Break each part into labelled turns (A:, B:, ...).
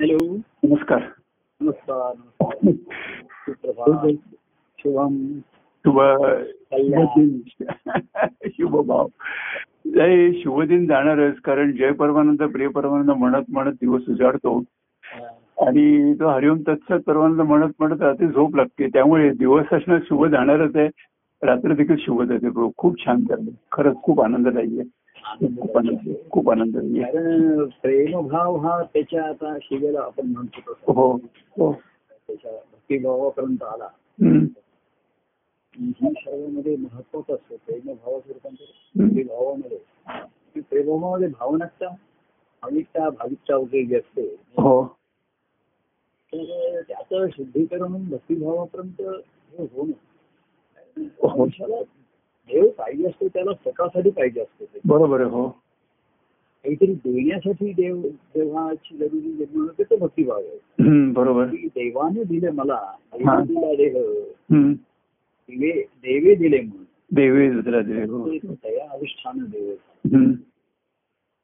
A: Hello
B: नमस्कार
A: नमस्कार सुप्रभात
B: शुभ
A: शुभम
B: शुभदिन शुभ भाव जय शुभदिन जाणारच कारण जय परमानंद प्रिय परमानंद म्हणत म्हणत दिवस उजाडतो आणि तो हरिओम तत्सत परमानंद म्हणत म्हणत रात्री झोप लागते त्यामुळे दिवस असणं शुभ जाणारच आहे रात्र देखील शुभ जाते प्रभू खूप छान झालं खरंच खूप आनंददायी आहे खूप आनंद खूप आनंददायी आहे
A: कारण प्रेमभाव हा त्याच्या आता शिवेला आपण म्हणतो तसं
B: हो हो
A: त्याच्या भक्तिभावापर्यंत आला
B: हम्म.
A: ही सर्वांमध्ये महत्वाचं असतो प्रेमभावाचं रूपांतर
B: हम्म.
A: भावामध्ये प्रेमभावामध्ये भावनाचा भाविकता भाविकता वगैरे जी असते
B: हो
A: तर त्याचं शुद्धीकरण होऊन भक्तिभावापर्यंत हे होणं
B: हो
A: मनुष्याला देव पाहिजे असतो त्याला स्वतःसाठी पाहिजे असतो ते
B: बरोबर आहे हो
A: काहीतरी देण्यासाठी देव देवाची जरुरी निर्माण होते तो भक्तिभाव आहे
B: हम्म, बरोबर
A: की देवाने दिले मला देवे दिला देह
B: हम्म.
A: दिवे देवे दिले म्हणून
B: देवी दुसरा देवी हो
A: ते दया अधिष्ठान देव
B: हम्म.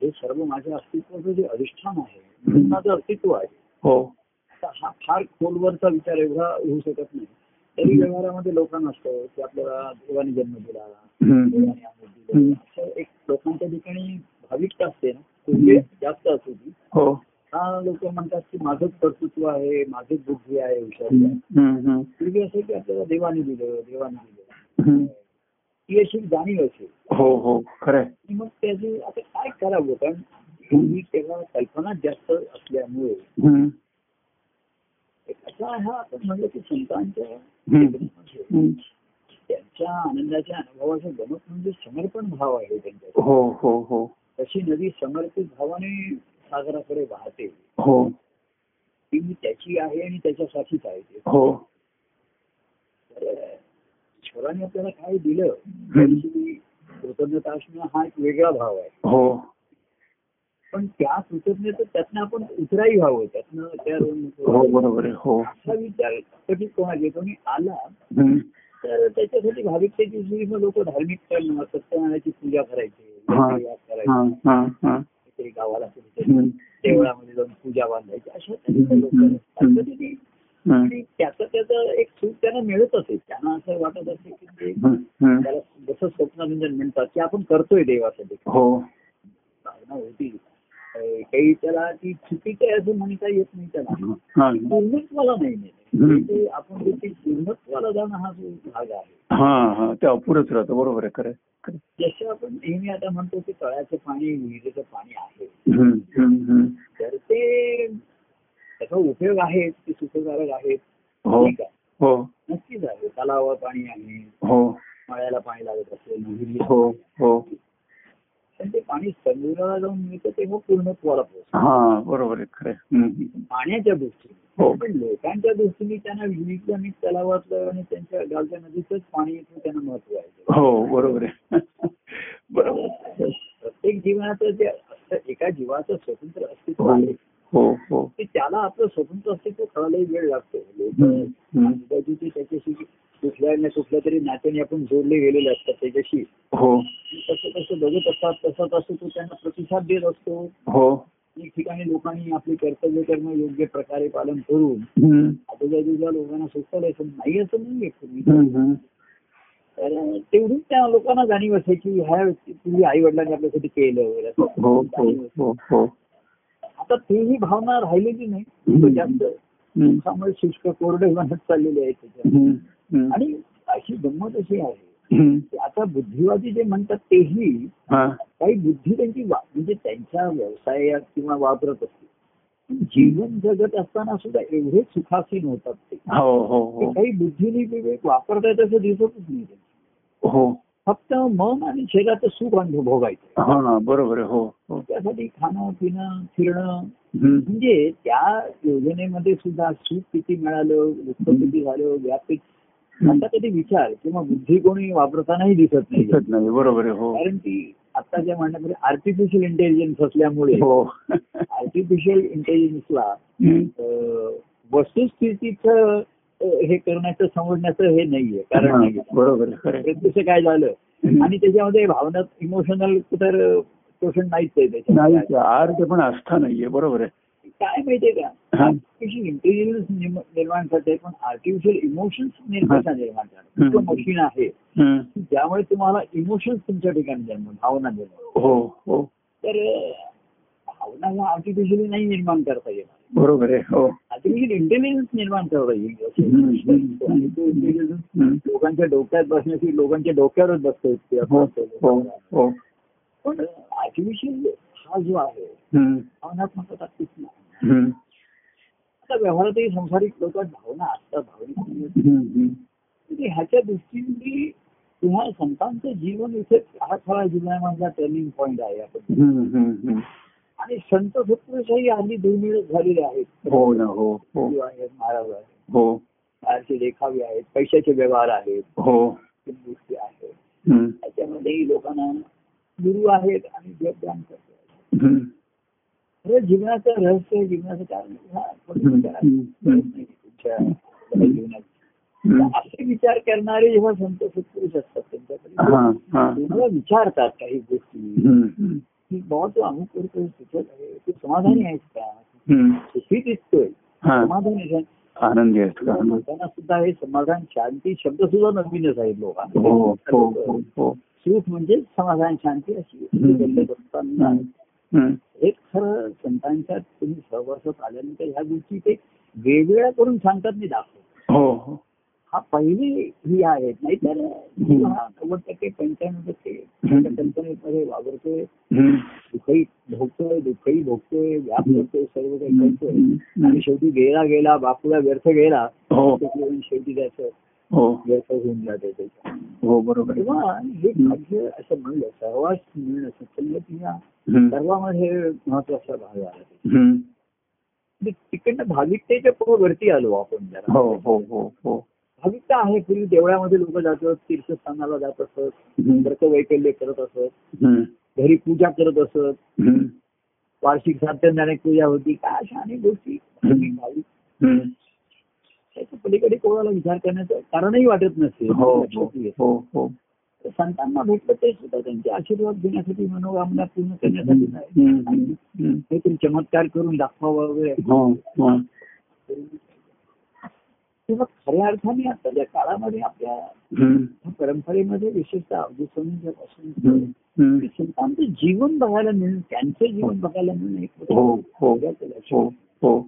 A: हे सर्व माझ्या अस्तित्वाचं जे अधिष्ठान आहे
B: हम्म.
A: माझं अस्तित्व आहे
B: हो
A: आता हा फार खोलवरचा विचार एवढा होऊ शकत नाही तरी व्यवहारामध्ये लोकांना असतं की आपल्याला देवाने जन्म दिला
B: हम्म.
A: देवाने आम्हाला दिलं. असं एक लोकांच्या ठिकाणी भाविकता असते ना म्हणजे जास्त असते ती
B: हो
A: हा लोक म्हणतात की माझंच कर्तृत्व आहे माझीच बुद्धी आहे हुशारी
B: हम्म.
A: आहे
B: हम्म. हम्म.
A: पूर्वी असं की आपल्याला देवाने दिलं देवाने दिलं
B: हम्म.
A: ती अशी जाणीव असेल
B: हो हो खरंय
A: की मग त्याचे आता काय करावं कारण ही तेव्हा कल्पना जास्त असल्यामुळे
B: हम्म.
A: एक असा हा आपण म्हणलं की संतांच्या
B: हम्म. हम्म.
A: त्यांच्या आनंदाच्या अनुभवाचं गमत म्हणजे समर्पण भाव आहे त्यांच्या
B: हो हो हो
A: तशी नदी समर्पित भावाने सागराकडे वाहते
B: हो
A: ती मी त्याची आहे आणि त्याच्यासाठीच आहे ते
B: हो
A: तर ईश्वराने आपल्याला काय दिलं त्याविषयी कृतज्ञता असणं हा एक वेगळा भाव आहे
B: हो
A: पण त्या कृतज्ञता त्यातनं आपण उतराही व्हावं त्यातनं त्या
B: हो
A: ऋण-
B: बरोबर आहे हो
A: असा विचार कधीच कोणाला येतो आणि आला
B: हम्म.
A: तर त्याच्यासाठी भाविकतेची जी मग लोक धार्मिक करणं सत्यनारायणाची पूजा करायची
B: हा.
A: याग
B: हा,
A: करायची
B: हा, हा.
A: काहीतरी गावाला कुठेतरी
B: हम्म.
A: देवळामध्ये जाऊन पूजा बांधायची अशा
B: हम्म. हम्म.
A: लोक
B: हम्म.
A: त्याचं त्याचं एक सुख त्यांना मिळत असे त्यांना असं वाटत असे की ते
B: 음, हम्म.
A: त्याला जसं स्वप्नरंजन म्हणतात की आपण करतोय देवासाठी
B: हो
A: भावना होती अं, काही त्याला ती चुकीची आहे असं म्हणता येत नाही त्याला
B: हा.
A: पूर्णत्वाला नाही
B: हम्म.
A: नेलं. ते आपण जे ते पूर्णत्वाला जाणं हा जो भाग आहे
B: हा हा ते अपुरच राहतं बरोबर आहे खरंय खरंय.
A: जसं आपण नेहमी आता म्हणतो की तळ्याचं पाणी विहिरीचं पाणी आहे
B: हम्म. हम्म. हम्म.
A: तर ते त्याचा उपयोग आहे ते सुखकारक आहेत
B: हो
A: ठीक आहे
B: हो
A: नक्कीच आहे तलावावर पाणी आहे
B: हो
A: मळ्याला पाणी लागत असेल विहिरीला
B: हो हो
A: पण ते पाणी समुद्राला जाऊन मिळतं तेव्हा पूर्णत्वाला पोहोचतं
B: हा बरोबर आहे खरंय हम्म.
A: पाण्याच्या दृष्टीने
B: हो
A: पण लोकांच्या दृष्टीने त्यांना विहिरीतलं आणि तलावातलं आणि त्यांच्या गावच्या नदीचंच पाणी इथून त्यांना महत्व आहे
B: हो बरोबर आहे बरोबर आहे.
A: प्रत्येक जीवनाचं जे असतं, एका जीवाचं स्वतंत्र अस्तित्व
B: हो
A: आहे
B: हो हो
A: ते त्याला आपलं स्वतंत्र अस्तित्व कळायलाही वेळ लागतो
B: हम्म,
A: लोक
B: हम्म.
A: आजूबाजूचे त्याच्याशी कुठल्या ना कुठल्या तरी नात्याने आपण जोडले गेलेले असतात त्याच्याशी
B: हो
A: तसं तसं बघत असतात तसा तसं तो त्यांना प्रतिसाद देत असतो
B: हो
A: ठिकठिकाणी लोकांनी आपले कर्तव्य करणं योग्य प्रकारे पालन करून
B: हम्म,
A: आजूबाजूच्या लोकांना सुचवलं असं नाही असं नाहीये पूर्वी
B: हम्म, हम्म.
A: तर तेवढीच त्या लोकांना जाणीव असते की ह्या व्यक्ती पूर्वी आई वडिलांनी आपल्यासाठी केलं वगैरे असं
B: हो हो
A: जाणीव असते.
B: हो हो
A: आता तेही भावना राहिलेली नाही
B: हम्म.
A: तो जास्त
B: हम्म,
A: त्यामुळे शुष्क कोरडे बनत चाललेले आहे त्याच्यात
B: हम्म, हम्म,
A: आणि अशी गंमत अशी आहे
B: हम्म.
A: की आता बुद्धिवादी जे म्हणतात तेही
B: हा,
A: काही बुद्धी त्यांची वा- म्हणजे त्यांच्या व्यवसायात किंवा वापरत असते जीवन जगत असताना सुद्धा एवढे सुखासीन होतात ते
B: हो हो
A: ते
B: हो
A: काही बुद्धीने विवेक वापरता येत असं दिसतच नाही त्यांना.
B: हो
A: फक्त मन आणि शरीराचं सुख अनुभव भोगायचं
B: हा हा, बरोबर आहे हो हो
A: त्यासाठी खाणं पिणं फिरणं
B: हम्म,
A: म्हणजे त्या योजनेमध्ये सुद्धा सुख किती मिळालं दुःख किती झालं व्यापिक
B: हम्म.
A: आता कधी विचार किंवा बुद्धी कोणी वापरतानाही दिसत नाही
B: दिसत नाही बरोबर आहे हो
A: कारण ती आताच्या म्हणण्यामध्ये आर्टिफिशियल इंटेलिजन्स असल्यामुळे
B: हो
A: आर्टिफिशियल इंटेलिजन्सला
B: हम्म,
A: वस्तुस्थितीच हे करण्याचं समजण्याचं हे नाहीये कारण
B: हा,
A: नाहीये
B: बरोबर आहे खरं आहे.
A: प्रत्यक्ष काय झालं
B: हम्म.
A: आणि त्याच्यामध्ये भावना इमोशनल तर पोषण नाहीच आहे
B: नाही
A: त्याच्यामध्ये
B: ते आर्ट पण आस्था नाहीये बरोबर आहे
A: काय माहितीये का
B: हा.
A: आर्टिफिशियल इंटेलिजन्स निर्माण करते पण आर्टिफिशियल इमोशन्स निर्माण निर्माण करतात
B: हम्म.
A: मशीन आहे
B: हम्म.
A: की ज्यामुळे तुम्हाला इमोशन्स तुमच्या ठिकाणी जन्म भावना जन्म
B: हो हो
A: तर अं, भावना ह्या आर्टिफिशियली नाही निर्माण करता येणार
B: बरोबर आहे हो
A: आर्टिफिशियल इंटेलिजन्स निर्माण करता येईल
B: हम्म, हम्म, हम्म.
A: इंटेलिजन्स
B: हम्म.
A: लोकांच्या डोक्यात बसण्याची लोकांच्या डोक्यावरच बसतो इतकी
B: हो
A: असं
B: हो
A: असतं.
B: हो
A: पण आर्टिफिशियल हा जो आहे
B: हम्म.
A: भावनात्मकता तीच नाही
B: हम्म.
A: आता व्यवहारातही संसारिक लोकात भावना असतात भावनिक भावना असतात.
B: हम्म. हम्म.
A: म्हणजे ह्याच्या दृष्टीने तुम्हा संतांचं जीवन इथे हा खरा जीवनामधला टर्निंग पॉईंट आहे आपण
B: हम्म. हम्म. हम्म.
A: आणि संत सत्पुरुषही हल्ली दुर्मिळ झालेले आहेत
B: हो ना हो हो
A: गुरु आहेत महाराज आहेत
B: हो
A: बाहेरचे देखावे आहेत पैशाचे व्यवहार आहेत
B: हो
A: खूप गोष्टी आहेत
B: हम्म.
A: त्याच्यामध्येही लोकांना गुरु आहेत आणि जगदान करतात
B: हम्म.
A: खरं जीवनाचं रहस्य जीवनाचं कारण हा आपण
B: हम्म.
A: विचारात
B: हम्म.
A: नाही तुमच्या जीवनात
B: हम्म.
A: असे विचार करणारे जेव्हा संत सत्पुरुष असतात त्यांच्याकडे
B: हा, हा.
A: तुम्हाला विचारतात काही गोष्टी
B: हम्म. हम्म.
A: की बाबा तू अमुक करतोय सुखद आहे तू समाधानी आहेस का
B: हम्म.
A: सुखी दिसतोय
B: हा
A: समाधानी आहेस
B: आनंदी आहेत
A: तुला
B: का
A: लोकांना सुद्धा हे समाधान शांती शब्द सुद्धा नवीनच आहेत
B: हो हो हो
A: लोकांना
B: हो
A: सुख म्हणजे समाधान शांती अशी
B: हम्म.
A: बदलत असताना
B: हम्म. हम्म.
A: एक खरं संतांच्या तुम्ही सहवासात आल्यानंतर ह्या गोष्टी ते वेगवेगळ्या करून सांगतात मी दाखवतो
B: हो हो
A: हा पहिली ही आहेत नाहीतर हा नव्वद टक्के पंच्याण्णव टक्के
B: हम्म.
A: कल्पनेमध्ये वावरतोय
B: हम्म.
A: सुखही भोगतोय दुःखही भोगतोय व्याप करतोय सर्व काही
B: हम्म.
A: करतोय आणि
B: हम्म.
A: शेवटी गेला गेला बापूला व्यर्थ गेला
B: हो
A: त्याच्यावरून शेवटी त्याचं
B: हो
A: व्यर्थ होऊन जाते त्याच्या
B: हो बरोबर आहे.
A: तेव्हा हे भाग्य असं म्हणलं सर्वात मिळणं म्हणजे संगत या
B: हम्म.
A: सर्वामध्ये महत्वाचा भाग आहे
B: हम्म.
A: म्हणजे तिकडनं भाविकतेच्या पुढे वरती आलो आपण
B: हो
A: जरा
B: हो हो हो
A: भाविकता आहे पूर्वी देवळामध्ये लोक जातात तीर्थस्थानाला जात असत
B: हम्म.
A: व्रत वैकल्य करत असत
B: हम्म.
A: घरी पूजा करत असत
B: हम्म.
A: वार्षिक सात्यनारायण पूजा होती का अशा अनेक गोष्टी
B: हम्म.
A: भाविक
B: हम्म.
A: त्याच्या पलीकडे कोणाला विचार करण्याचं कारणही वाटत नसते
B: हो
A: लक्षात येईल.
B: हो हो
A: तर संतांना भेटलं ते सुद्धा त्यांचे आशीर्वाद घेण्यासाठी मनोकामना पूर्ण करण्यासाठी नाही.
B: हम्म. हम्म. हम्म.
A: काहीतरी चमत्कार करून दाखवावा वगैरे असं
B: हो हो
A: करून. तेव्हा खऱ्या अर्थाने आताच्या काळामध्ये आपल्या
B: हम्म.
A: ह्या परंपरेमध्ये विशेषतः अवधी स्वामींच्यापासून
B: हम्म. हम्म.
A: की संतांचं जीवन बघायला मिळणं त्यांचं जीवन बघायला मिळणं एक
B: हो हो
A: वेगळंच लक्ष.
B: हो हो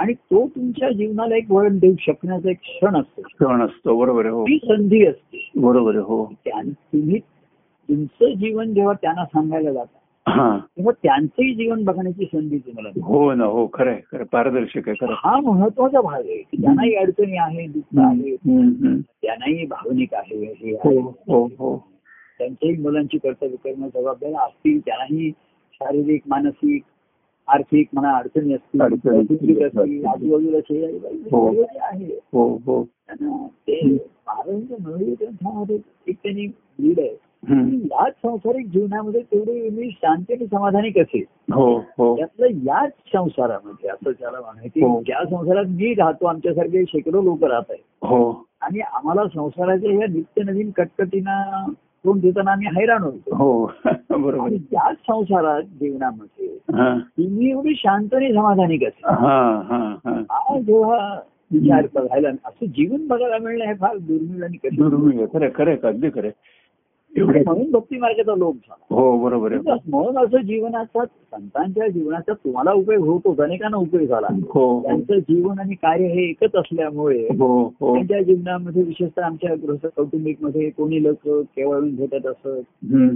A: आणि तो तुमच्या जीवनाला एक वळण देऊ शकण्याचा एक क्षण असतो
B: श्रवण असतो बरोबर आहे हो
A: ती संधी असते
B: बरोबर आहे हो
A: त्यां- तुम्ही तुमचं जीवन जेव्हा त्यांना सांगायला जाता
B: हा
A: तेव्हा त्यांचंही जीवन बघण्याची संधी तुम्हाला मिळते.
B: हो ना हो खरं आहे खरं आहे. पारदर्शक आहे खरं आहे.
A: हा महत्वाचा भाग आहे की त्यांनाही अडचणी आहे दुःख आहे
B: हम्म. हम्म.
A: त्यांनाही भावनिक आहे हे
B: हो
A: आहे
B: हो हो
A: त्यांच्याही मुलांची कर्तव्य करणं जबाबदारी असतील त्यांनाही शारीरिक मानसिक आर्थिक म्हणा अडचणी असतील
B: अडचणी असतील.
A: कौटुंबिक असतील, आजूबाजूला शेजारी
B: हो.
A: बाजूला जे आहे
B: हो हो
A: त्यांना ते महाराजांच्या नवरी ग्रंथामध्ये एक त्यांनी लिहिलंय
B: हम्म.
A: की याच संसारिक जीवनामध्ये तेवढी मी शांती आणि समाधानी कसे
B: हो हो
A: त्यातलं याच संसारामध्ये असं त्याला म्हणायची
B: हो.
A: ज्या संसारात मी राहतो आमच्यासारखे शेकडो लोक राहत आहेत
B: हो
A: आणि आम्हाला संसाराच्या ह्या नित्य नवीन कटकटीना तोंड देताना आम्ही हैराण होतो
B: हो बरोबर
A: आणि
B: आहे.
A: याच संसारात जीवनामध्ये
B: हा
A: तुम्ही एवढी शांत आणि समाधानी कसे
B: हा हा हा
A: आज जेव्हा विचार बघायला असं जीवन बघायला मिळणं हे फार दुर्मिळ आणि कठीण
B: दुर्मिळ आहे. खरं आहे, खरं आहे, अगदी खरं आहे.
A: आणि
B: एवढे
A: म्हणून भक्ती मार्गाचा लोक झाला
B: हो बरोबर आहे
A: म्हणून असं जीवनाचा संतांच्या जीवनाचा तुम्हाला उपयोग होतो अनेकांना उपयोग झाला
B: हो
A: त्यांचं जीवन आणि कार्य हे एकच असल्यामुळे
B: हो हो
A: त्यांच्या जीवनामध्ये विशेषतः आमच्या गृह कौटुंबिक मध्ये कोणी लोक केवळ भेटत असत
B: हम्म.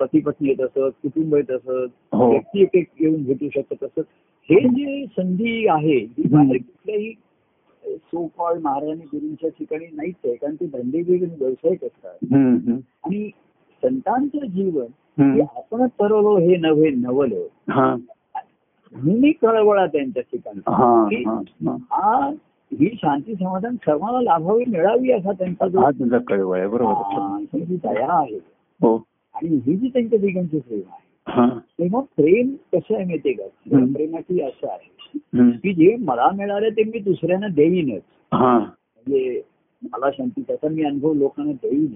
A: पती पत्नी येत असत कुटुंब येत असत
B: हो.
A: व्यक्ती एक एक येऊन भेटू शकत असत हे जे संधी आहे ही बाहेर कुठल्याही सो कॉल महाराणी गुरूंच्या ठिकाणी नाहीच आहे कारण ते धंदेवीर आणि व्यावसायिक असतात
B: हम्म, हम्म.
A: आणि संतांचं जीवन हे
B: हम्म.
A: आपणच ठरवलो हे नव्हे नवलं
B: हा
A: मी कळवळा त्यांच्या ठिकाणी
B: हा हा हा
A: हा ही शांती समाधान सर्वांना लाभावी मिळावी असा त्यांचा जो
B: हा तुझा कळवळ आहे बरोबर आहे.
A: हा, त्यांची दया आहे
B: हो
A: आणि ही जी त्यांच्या ठिकाणची प्रेम आहे
B: हा
A: तेव्हा प्रेम कसं आहे माहितीये का
B: हं.
A: प्रेमाची असं आहे
B: हम्म.
A: की जे मला मिळालं ते मी दुसऱ्यांना देईनच
B: हा
A: म्हणजे मला शांती त्याचा मी अनुभव लोकांना देईन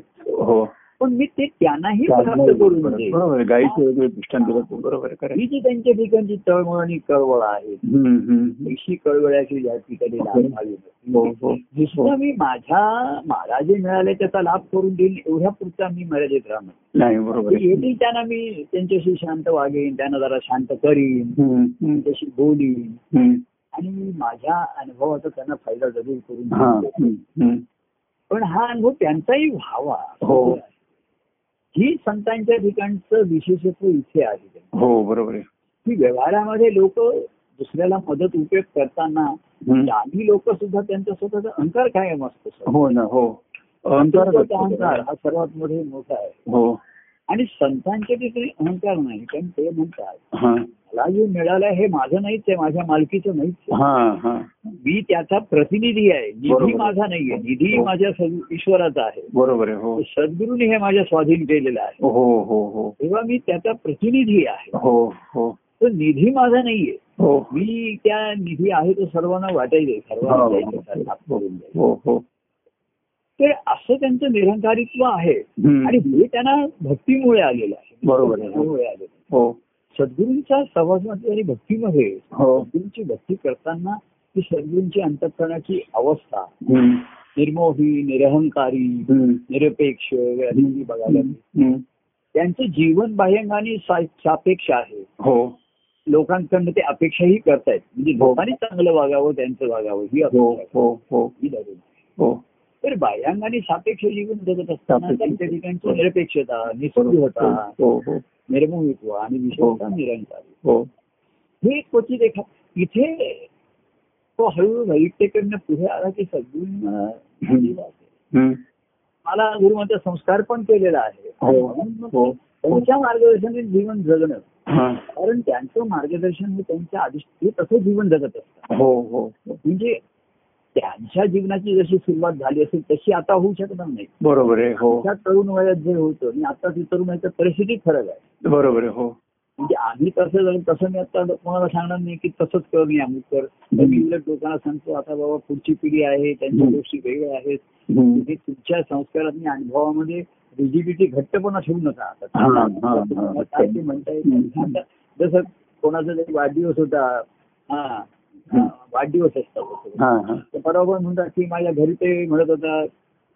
B: हो
A: पण मी ते त्यांनाही प्राप्त करून दे
B: बरोबर आहे. गायीचं वगैरे दृष्टांत दिलं तू. बरोबर आहे, खरं आहे.
A: ही जी त्यांच्या ठिकाणची तळमळ आणि कळवळ आहे
B: हम्म, हम्म.
A: अशी कळवळाची या ठिकाणी लाभ व्हावी.
B: हो, हो.
A: दुसरं मी माझ्या मला जे मिळाले त्याचा लाभ करून देईल एवढ्या पुरता मी मर्यादित राहणार
B: नाही बरोबर आहे.
A: येतील त्यांना मी त्यांच्याशी शांत वागेन त्यांना जरा शांत करीन
B: हम्म, हम्म,
A: त्यांच्याशी बोलीन
B: हम्म.
A: आणि माझ्या अनुभवाचा त्यांना फायदा जरूर करून
B: हा,
A: देईन.
B: हम्म, हम्म.
A: पण हा अनुभव त्यांचाही व्हावा
B: हो.
A: ही संतांच्या ठिकाणचं विशेषत्व इथे आहे
B: हो बरोबर आहे
A: की व्यवहारामध्ये लोक दुसऱ्याला मदत उपयोग करताना
B: हम्म.
A: आधी लोक सुद्धा त्यांचा स्वतःचा अहंकार कायम असतो सर.
B: हो ना हो अहंकार
A: स्वतःचा अहंकार हा सर्वात मोठे मोठा आहे
B: हो
A: आणि संतांच्या ठिकाणी अहंकार नाही कारण ते म्हणतात
B: हा
A: मला जे मिळालं हे माझं नाहीच आहे माझ्या मालकीचं नाहीच आहे.
B: हा हा
A: मी त्याचा प्रतिनिधी आहे निधी
B: बरोबर.
A: माझा नाहीये निधी
B: हो.
A: माझ्या सद्गु- ईश्वराचा आहे
B: बरोबर आहे हो
A: सद्गुरूने हे माझ्या स्वाधीन केलेलं आहे
B: हो हो हो
A: तेव्हा मी त्याचा प्रतिनिधी आहे
B: हो हो
A: तो निधी माझा नाहीये
B: हो
A: मी त्या निधी आहे तो सर्वांना वाटायचे सर्वांना
B: हो.
A: द्यायचा, सर्वांना करून द्यायचा.
B: हो हो
A: तर असं त्यांचं निरंकारित्व आहे
B: हम्म.
A: आणि हे त्यांना भक्तीमुळे आलेलं आहे
B: बरोबर आहे.
A: भक्तीमुळे आलेलं आहे.
B: हो
A: सद्गुरूंच्या सहवासामध्ये आणि भक्तीमध्ये
B: हो
A: सद्गुरूंची भक्ती करताना ती सद्गुरूंची अंतकरणाची अवस्था
B: हम्म.
A: निर्मोही निरहंकारी
B: हम्म.
A: निरपेक्ष वगैरे अशी जी बघायला मिळते.
B: हम्म.
A: त्यांचं जीवन बाह्यंगाने सा- सापेक्ष आहे
B: हो
A: लोकांकडनं ते अपेक्षाही करतायत म्हणजे
B: हो.
A: लोकांनी चांगलं वागावं त्यांचं वागावं ही
B: हो
A: अपेक्षा आहे.
B: हो हो
A: ही धरून.
B: हो
A: तर बाह्यांगाने सापेक्ष जीवन जगत असताना
B: सापेक्ष.
A: त्यांच्या ठिकाणची निरपेक्षता निसंगता
B: हो हो
A: निर्मोहित्व आणि विशेषतः निरंकार
B: हो
A: हे क्वचित एखा इथे तो हळूहळू वैयक्तिकडनं पुढे आला की सद्गुरूंना दिला असेल.
B: हम्म.
A: मला गुरुमंत्र संस्कार पण केलेला आहे
B: हो.
A: म्हणून मग
B: हो.
A: त्यांच्या मार्गदर्शनाने जीवन जगणं
B: हा.
A: कारण त्यांचं मार्गदर्शन हे त्यांच्या आदेश ते तसं जीवन जगत असतात
B: हो हो हो.
A: म्हणजे त्यांच्या जीवनाची जशी सुरुवात झाली असेल तशी आता होऊ शकणार नाही
B: बरोबर आहे हो
A: त्या तरुण वयात जे होतं आणि आता ते तरुण वयाच्या परिस्थिती फरक आहे
B: बरोबर आहे हो
A: म्हणजे आम्ही तसं झालं तसं मी आता कोणाला सांगणार नाही की तसंच कर मी अमुक कर तर मी उलट लोकांना सांगतो आता बाबा पुढची पिढी आहे त्यांच्या
B: हम्म.
A: गोष्टी वेगळ्या आहेत
B: हम्म.
A: तुम्ही तुमच्या संस्कारात आणि अनुभवामध्ये रिजिडिटी घट्टपणा ठेवू नका आता
B: हा, हा, हा.
A: तुम्हाला काय ते म्हणता येईल
B: हम्म.
A: आता जसं कोणाचा जरी वाढदिवस होता हा हा, वाढदिवस असतात
B: हा हा
A: तर बरोबर म्हणतात की माझ्या घरी ते म्हणत होता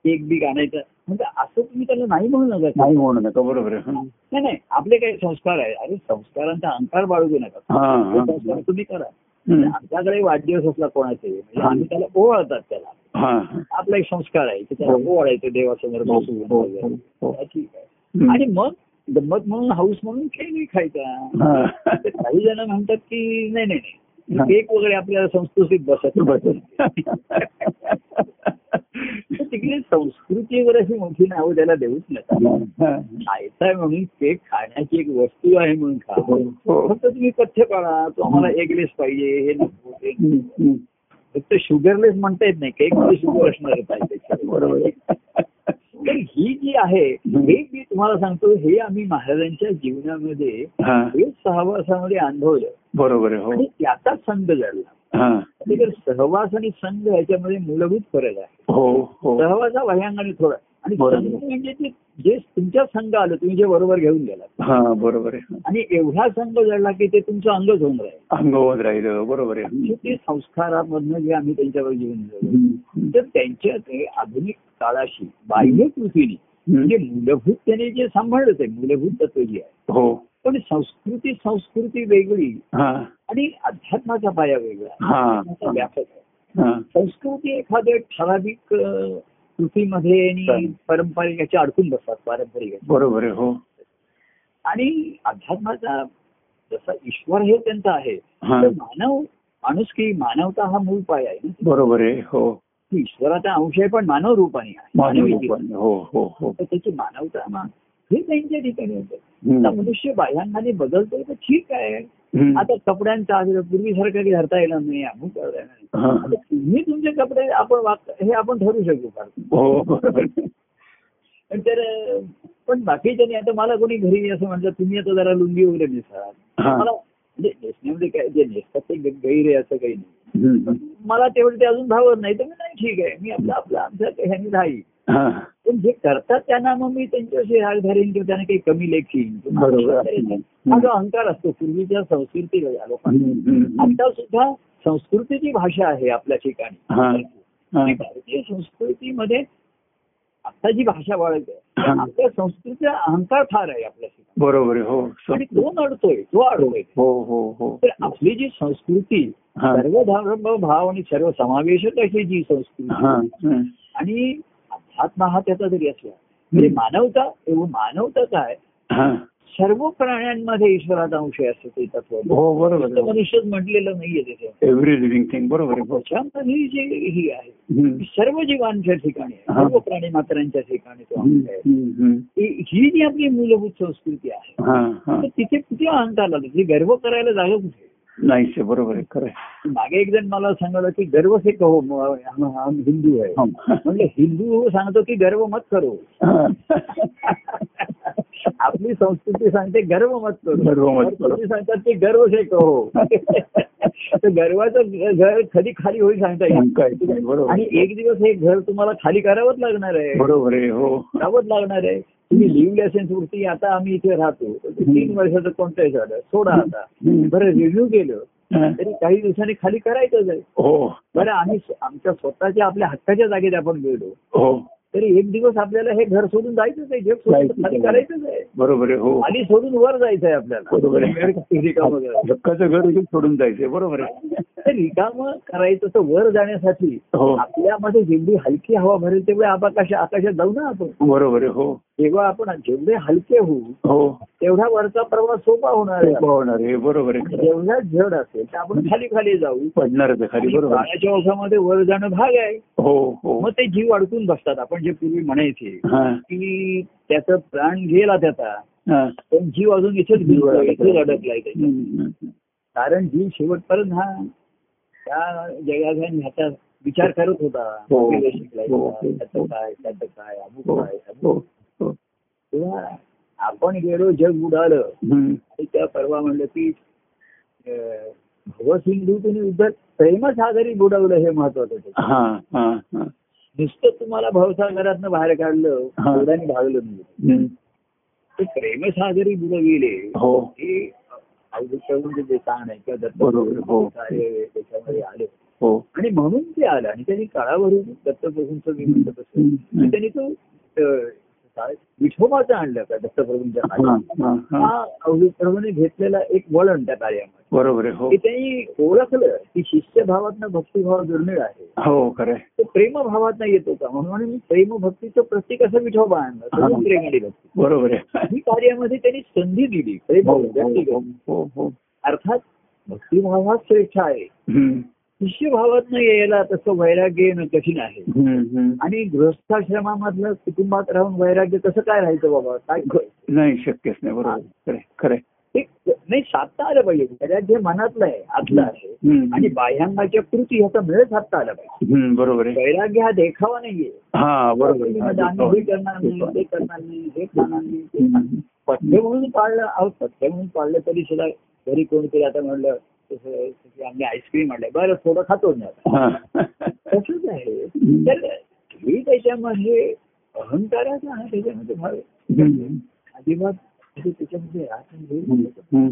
A: केक बीक आणायचा म्हणजे असं तुम्ही त्याला नाही म्हणू नका
B: नाही म्हणू नका बरोबर आहे हा.
A: नाही नाही आपले काही संस्कार आहे अरे संस्कारांचा अंकार बाळगू नका
B: हा
A: ते
B: हा
A: संस्कार तुम्ही करा म्हणजे
B: हम्म.
A: आमच्याकडे वाढदिवस असला कोणाचे म्हणजे आम्ही त्याला ओवाळतात त्याला
B: हा हा.
A: आपला एक संस्कार आहे की त्याला
B: हो.
A: ओवाळायचं देवासमोर
B: हो,
A: बसून
B: हो,
A: वगैरे.
B: हो, हो.
A: ठीक आहे
B: हम्म.
A: आणि मग गंमत म्हणून हाऊस म्हणून केक नाही खायचा
B: हा.
A: तर काही जण म्हणतात की नाही नाही नाही
B: हा.
A: केक वगैरे आपल्याला संस्कृतीत बसत नाही.
B: बरोबर.
A: तर तिकडे संस्कृती वगैरे अशी मोठी नावं त्याला देऊच नका
B: हा.
A: खायचाय म्हणून केक खाण्याची एक वस्तू आहे म्हणून खा
B: हो, हो.
A: फक्त तुम्ही पथ्य पाळा तो आम्हाला एगलेस पाहिजे हे नको ते नको.
B: हम्म, हम्म.
A: फक्त शुगरलेस म्हणता येत नाही केक मध्ये शुगर असणार पाहिजे
B: बरोबर आहे.
A: तर ही जी आहे
B: हम्म.
A: हे मी तुम्हाला सांगतो हे आम्ही महाराजांच्या जीवनामध्ये
B: हा.
A: हे सहवासामध्ये अनुभवलं
B: बरोबर आहे हो
A: आणि त्याचा संघ घडला
B: हा.
A: आता तर सहवास आणि संघ याच्यामध्ये मूलभूत फरक आहे
B: हो हो
A: सहवास हा बाह्यांगाने थोडा आणि
B: बरोबर.
A: संघ म्हणजे ते जे तुमच्या संघ आलं तुम्ही जे बरोबर घेऊन गेला
B: हा बरोबर आहे
A: आणि एवढा संघ जडला की ते तुमचं अंगच होऊन राहील
B: अंगवत राहिलं बरोबर आहे
A: म्हणजे ते संस्कारामधनं जे आम्ही त्यांच्यावर जीवन जगलो
B: हम्म.
A: तर त्यांच्या ते आधुनिक काळाशी बाह्य कृतीने म्हणजे मूलभूत त्याने जे सांभाळलंच आहे मूलभूत तत्व जी आहे
B: हो
A: पण संस्कृती संस्कृती वेगळी
B: हा
A: आणि अध्यात्माचा पाया वेगळा
B: हा.
A: अध्यात्माचा व्यापक आहे
B: हा
A: संस्कृती एखाद्या ठराविक अ, कृतीमध्ये आणि
B: चालेल.
A: पारंपरिक याच्या अडकून बसतात पारंपरिक याच्या.
B: बरोबर आहे हो
A: आणि अध्यात्माचा जसा ईश्वर हे त्यांचा आहे
B: हा.
A: तर मानव माणूस की मानवता हा मूळ पाय आहे ना
B: बरोबर आहे हो
A: ती ईश्वराचा अंश आहे पण मानव रूपाने आहे मानवी
B: मानवी
A: जीवन.
B: पण. हो हो हो
A: तर त्याची मानवता मा- हे त्यांच्या ठिकाणी होतं आता
B: हम्म.
A: मनुष्य बाह्यांनी बदलतोय तर ठीक आहे
B: हम्म.
A: आता कपड्यांचा आग्रह पूर्वीसारखं काही धरता येणार नाही अमुक करता येणार नाही.
B: हा.
A: आता तुम्ही तुमचे कपडे आपण वाप- हे आपण ठरू शकतो फार
B: हो बरोबर आहे.
A: पण तर अं, पण बाकीच्यानी आता मला कोणी घरी असं म्हणतात तुम्ही आता जरा लुंगी वगैरे नेसा
B: हा.
A: मला म्हणजे नेसण्यामध्ये काय जे नेसतात ते ग- गैर आहे असं काही नाही
B: हम्म.
A: मला तेवढं ते अजून भावत नाही तर मी नाही ठीक आहे मी आपलं आपलं आमच्या ह्याने राहील
B: हा.
A: पण जे करतात त्यांना मग मी त्यांच्याशी राग धरेन किंवा त्यांना काही कमी लेखीन किंवा
B: बरोबर.
A: करेन. हा जो अहंकार असतो पूर्वीच्या संस्कृती लोकांना
B: हम्म, हम्म, हम्म.
A: आता सुद्धा संस्कृतीची भाषा आहे आपल्या
B: हा.
A: ठिकाणी
B: हा.
A: आणि भारतीय संस्कृतीमध्ये आता जी भाषा बाळगते
B: हा.
A: आपल्या संस्कृतीचा अहंकार फार आहे आपल्या ठिकाणी
B: बरोबर आहे,
A: आणि
B: हो
A: तो नडतोय तो अडवतोय
B: हो हो हो
A: तर आपली जी संस्कृती
B: हा.
A: सर्व धर्म भाव आणि सर्व समावेशक अशी जी संस्कृती
B: हा, हा.
A: आणि अध्यात्म हा त्याचा जरी असला म्हणजे मानवता एवढं मानवता काय
B: हा.
A: सर्व प्राण्यांमध्ये ईश्वराचा अंश आहे असं ते तत्व
B: हो बरोबर
A: फक्त
B: आहे.
A: मनुष्यच म्हटलेलं नाहीये त्याच्यात
B: एव्हरी लिव्हिंग थिंग बरोबर आहे हो.
A: त्याच्यामध्ये जे ही आहे
B: हम्म.
A: ती सर्व जीवांच्या ठिकाणी आहे
B: हा.
A: सर्व प्राणी मात्रांच्या ठिकाणी तो अंश आहे
B: हम्म, हम्म.
A: ही ही जी आपली मूलभूत संस्कृती आहे
B: हा, हा.
A: तर तिथे कुठे अहंकार लागला तिथे गर्व करायला जागा कुठे
B: नाहीच आहे बरोबर आहे खरं आहे.
A: मागे एक जण मला सांगायला की गर्व से कहो म- हम हम हिंदू आहे
B: हा.
A: म्हणजे हिंदू सांगतो की गर्व मत करो आपली संस्कृती सांगते गर्व मत करो
B: गर्व मत करो.
A: तुम्ही सांगतात की गर्व से कहो तर गर्वाचं घ- घर कधी खाली होईल सांगता
B: सांगता येत नाही,
A: येईल
B: बरोबर.
A: आणि एक दिवस हे घर तुम्हाला खाली करावंच लागणार आहे
B: बरोबर आहे हो
A: करावंच लागणार आहे तुम्ही लिव्ह लायसन्स वरती आता आम्ही इथे राहतो तर तीन वर्षाचं कोणतंही झालं सोडा आता
B: हम्म.
A: बरं रिव्ह्यू केलं
B: हा.
A: तरी काही दिवसांनी खाली करायचंच आहे
B: हो
A: बरं आम्ही स- आमच्या स्वतःच्या आपल्या हक्काच्या जागेत आपण गेलो
B: हो
A: तरी एक दिवस आपल्याला हे घर सोडून जायचंच आहे जग
B: जायचंच
A: सोडून खाली
B: आहे.
A: करायचंच आहे
B: बरोबर आहे हो
A: खाली सोडून वर जायचं आहे
B: बरोबर
A: आपल्याला
B: आहे.
A: रिकाम वगैरे
B: हक्काचं घर देखील सोडून जायचंय बरोबर आहे
A: तर रिकाम करायचं तर वर जाण्यासाठी
B: हो
A: आपल्यामध्ये जेवढी हलकी हवा भरेल तेवढे आकाश आकाशात जाऊ ना आपण
B: बरोबर आहे हो
A: जेव्हा आपण जेवढे हलके होऊ
B: हो
A: तेवढा वरचा प्रवास सोपा होणार
B: ते
A: आहे
B: पाहणार आहे बरोबर आहे खरं आहे.
A: जेवढा जड असेल तर आपण खाली खाली जाऊ
B: पडणारच आहे
A: आणि
B: खाली बरोबर आहे.
A: पाण्याच्या ओघामध्ये वर जाणं भाग आहे
B: हो हो
A: मग ते जीव अडकून बसतात आपण जे पूर्वी म्हणायचे
B: हा
A: की त्याचा प्राण गेला त्याचा
B: हा
A: पण जीव अजून इथेच भिजला, इथेच अडकलाय त्याच्यात.
B: हम्म, हम्म.
A: कारण जीव शेवटपर्यंत हा त्या जगाघान ह्याचा विचार करत होता
B: हो.
A: आपल्याला शिकलाय
B: हो.
A: का? त्याचं काय त्याचं काय अमुक
B: हो
A: काय अमुक.
B: हो हो
A: तेव्हा आपण गेलो जग उडालं
B: हम्म.
A: आणि त्या परवा म्हणलं की अं, भवसिंधू तुम्ही उद्या प्रेमसागरी बुडवलं हे महत्वाचं होतं
B: हा हा हा
A: नुसतं तुम्हाला भवसागरातनं बाहेर काढलं
B: हा.
A: उडाने भागलं नाही
B: हम्म.
A: ते प्रेमसागरी बुडविले
B: हो
A: हे अवधूतवरून म्हणजे जे ताण आहे किंवा
B: बरोबर, हो.
A: दत्तप्रभूंचं कार्य त्याच्यामध्ये आलं
B: हो
A: आणि म्हणून ते आलं आणि त्यांनी काळावरून दत्तप्रभूंचं मी म्हणत असं
B: हम्म.
A: आणि त्यांनी तो अं, काय, विठोबाचं आणलं का दत्तप्रभूंच्या
B: हा
A: कार्यात
B: हा हा
A: हा अवधूतप्रभूने घेतलेला एक वळण त्या कार्यामध्ये
B: बरोबर आहे हो
A: ते त्यांनी ओळखलं की शिष्यभावातनं भक्तिभाव दुर्मिळ आहे
B: हो खरं आहे.
A: तो प्रेमभावात येतो का म्हणून मी प्रेमभक्तीचं प्रतीक असं विठोबा आणलं
B: हा.
A: तो प्रेमाने भक्ती
B: बरोबर आहे
A: ही कार्यामध्ये त्यांनी संधी दिली प्रेम
B: हो
A: व्यक्तिगत.
B: हो हो हो
A: अर्थात भक्तिभाव हा श्रेष्ठ आहे
B: हम्म.
A: शिष्यभावात यायला तसं वैराग्य येणं कठीण आहे
B: हम्म, हम्म.
A: आणि गृहस्थाश्रमामधलं कुटुंबात राहून वैराग्य कसं काय राहायचं बाबा काय करायचं?
B: नाही शक्यच नाही बरोबर आहे. खरं आहे, खरं आहे.
A: ते नाही साधता आलं पाहिजे वैराग्य मनातलं आहे आतलं आहे
B: हम्म.
A: आणि बाह्यांगाच्या कृती ह्याचा मेळ साधता आला पाहिजे
B: हम्म, बरोबर आहे
A: वैराग्य हा देखावा नाहीये
B: हा बरोबर
A: तुम्ही
B: आहे.
A: म्हणजे आम्ही हे करणार नाही ते करणार नाही हे करणार नाही ते करणार नाही. पथ्य म्हणून पाळलं आहोत पथ्य म्हणून पाळलं तरी सुद्धा घरी कोणीतरी आता म्हणलं तसं- तसं आम्ही आईस्क्रीम आणलंय बरं थोडं खातो ना
B: हा.
A: तसंच आहे तर हे त्याच्यामध्ये अहंकाराचा हा त्याच्यामध्ये भाग आहे.
B: हम्म.
A: अजिबात म्हणजे त्याच्यामध्ये राहून
B: हम्म,
A: हे
B: हम्म.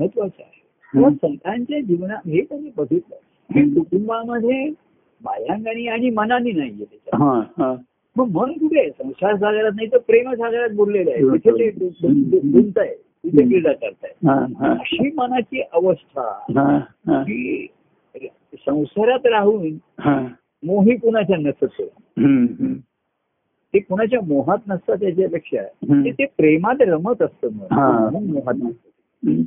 A: महत्वाचं आहे किंवा संतांच्या जीवनात हे त्यांनी बघितलं की कुटुंबामध्ये बाह्यांगाने आणि मनाने नाहीये त्याच्यात
B: हा, हा.
A: मग मन कुठे आहे संसार सागरात नाही तर प्रेम सागरात बुडलेलं आहे तिथे ते डु- डु- डु- डुंबताय तिथे क्रीडा करताय
B: हा, हा.
A: अशी मनाची अवस्था
B: हा, हा.
A: की संसारात राहून
B: हा.
A: मोही कुणाच्या नसतो
B: हम्म, हम्म.
A: ते कुणाच्या मोहात नसतात त्याच्यापेक्षा
B: हम्म.
A: ते ते प्रेमात रमत असतं मन.
B: हा.
A: म्हणून मोहात नसतं.
B: हम्म.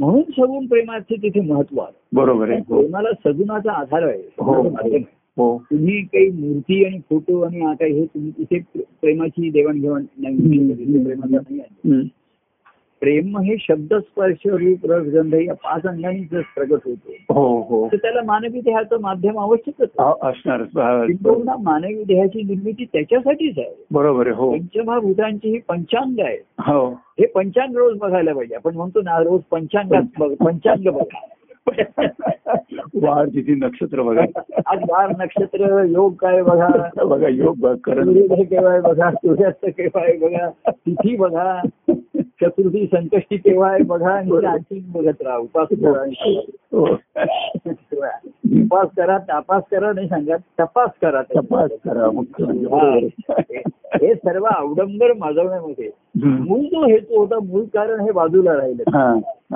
A: म्हणून सगून प्रेमाचे तिथे महत्व आहे
B: बरोबर आहे हो
A: प्रेमाला सगुणाचा आधार आहे
B: हो.
A: सगुणाचं माध्यम आहे.
B: हो
A: तुम्ही काही मूर्ती आणि फोटो आणि हा काही हे तुम्ही तिथे प्रे- प्रेमाची देवाणघेवाण नाही
B: हम्म.
A: तिथे प्रेमाचा नाही आहे.
B: हम्म.
A: प्रेम हे शब्द स्पर्श रूप रस गंध या पाच अंगांनी जर प्रगट होतो
B: हो हो
A: तर त्याला मानवी देहाचं माध्यम आवश्यकच आहे.
B: हा, असणारच हा,
A: किंबहुना मानवी देहाची निर्मिती त्याच्यासाठीच आहे
B: बरोबर आहे हो
A: पंचमहाभूतांची ही पंचांग आहे
B: हो
A: हे पंचांग रोज बघायला पाहिजे आपण म्हणतो ना रोज पंचांगात बघ पंचांग बघा
B: वार तिथे नक्षत्र बघा
A: आज बार नक्षत्र योग काय बघा
B: बघा योग बघ करत
A: सूर्योदय केव्हा आहे बघा सूर्यास्त केव्हा आहे बघा तिथी बघा चतुर्थी संकष्टी केव्हा आहे बघा आणि आणखी बघत राहा उपास करा आणि
B: हो.
A: करा. उपास करा तपास करा नाही सांगा तपास करा
B: तपास करा मुख्य म्हणजे बरोबर आहे.
A: हा. हे सर्व अवडंबर माजवण्यामध्ये
B: हम्म.
A: मूळ जो हेतू होता मूळ कारण हे बाजूला राहिलं
B: हा,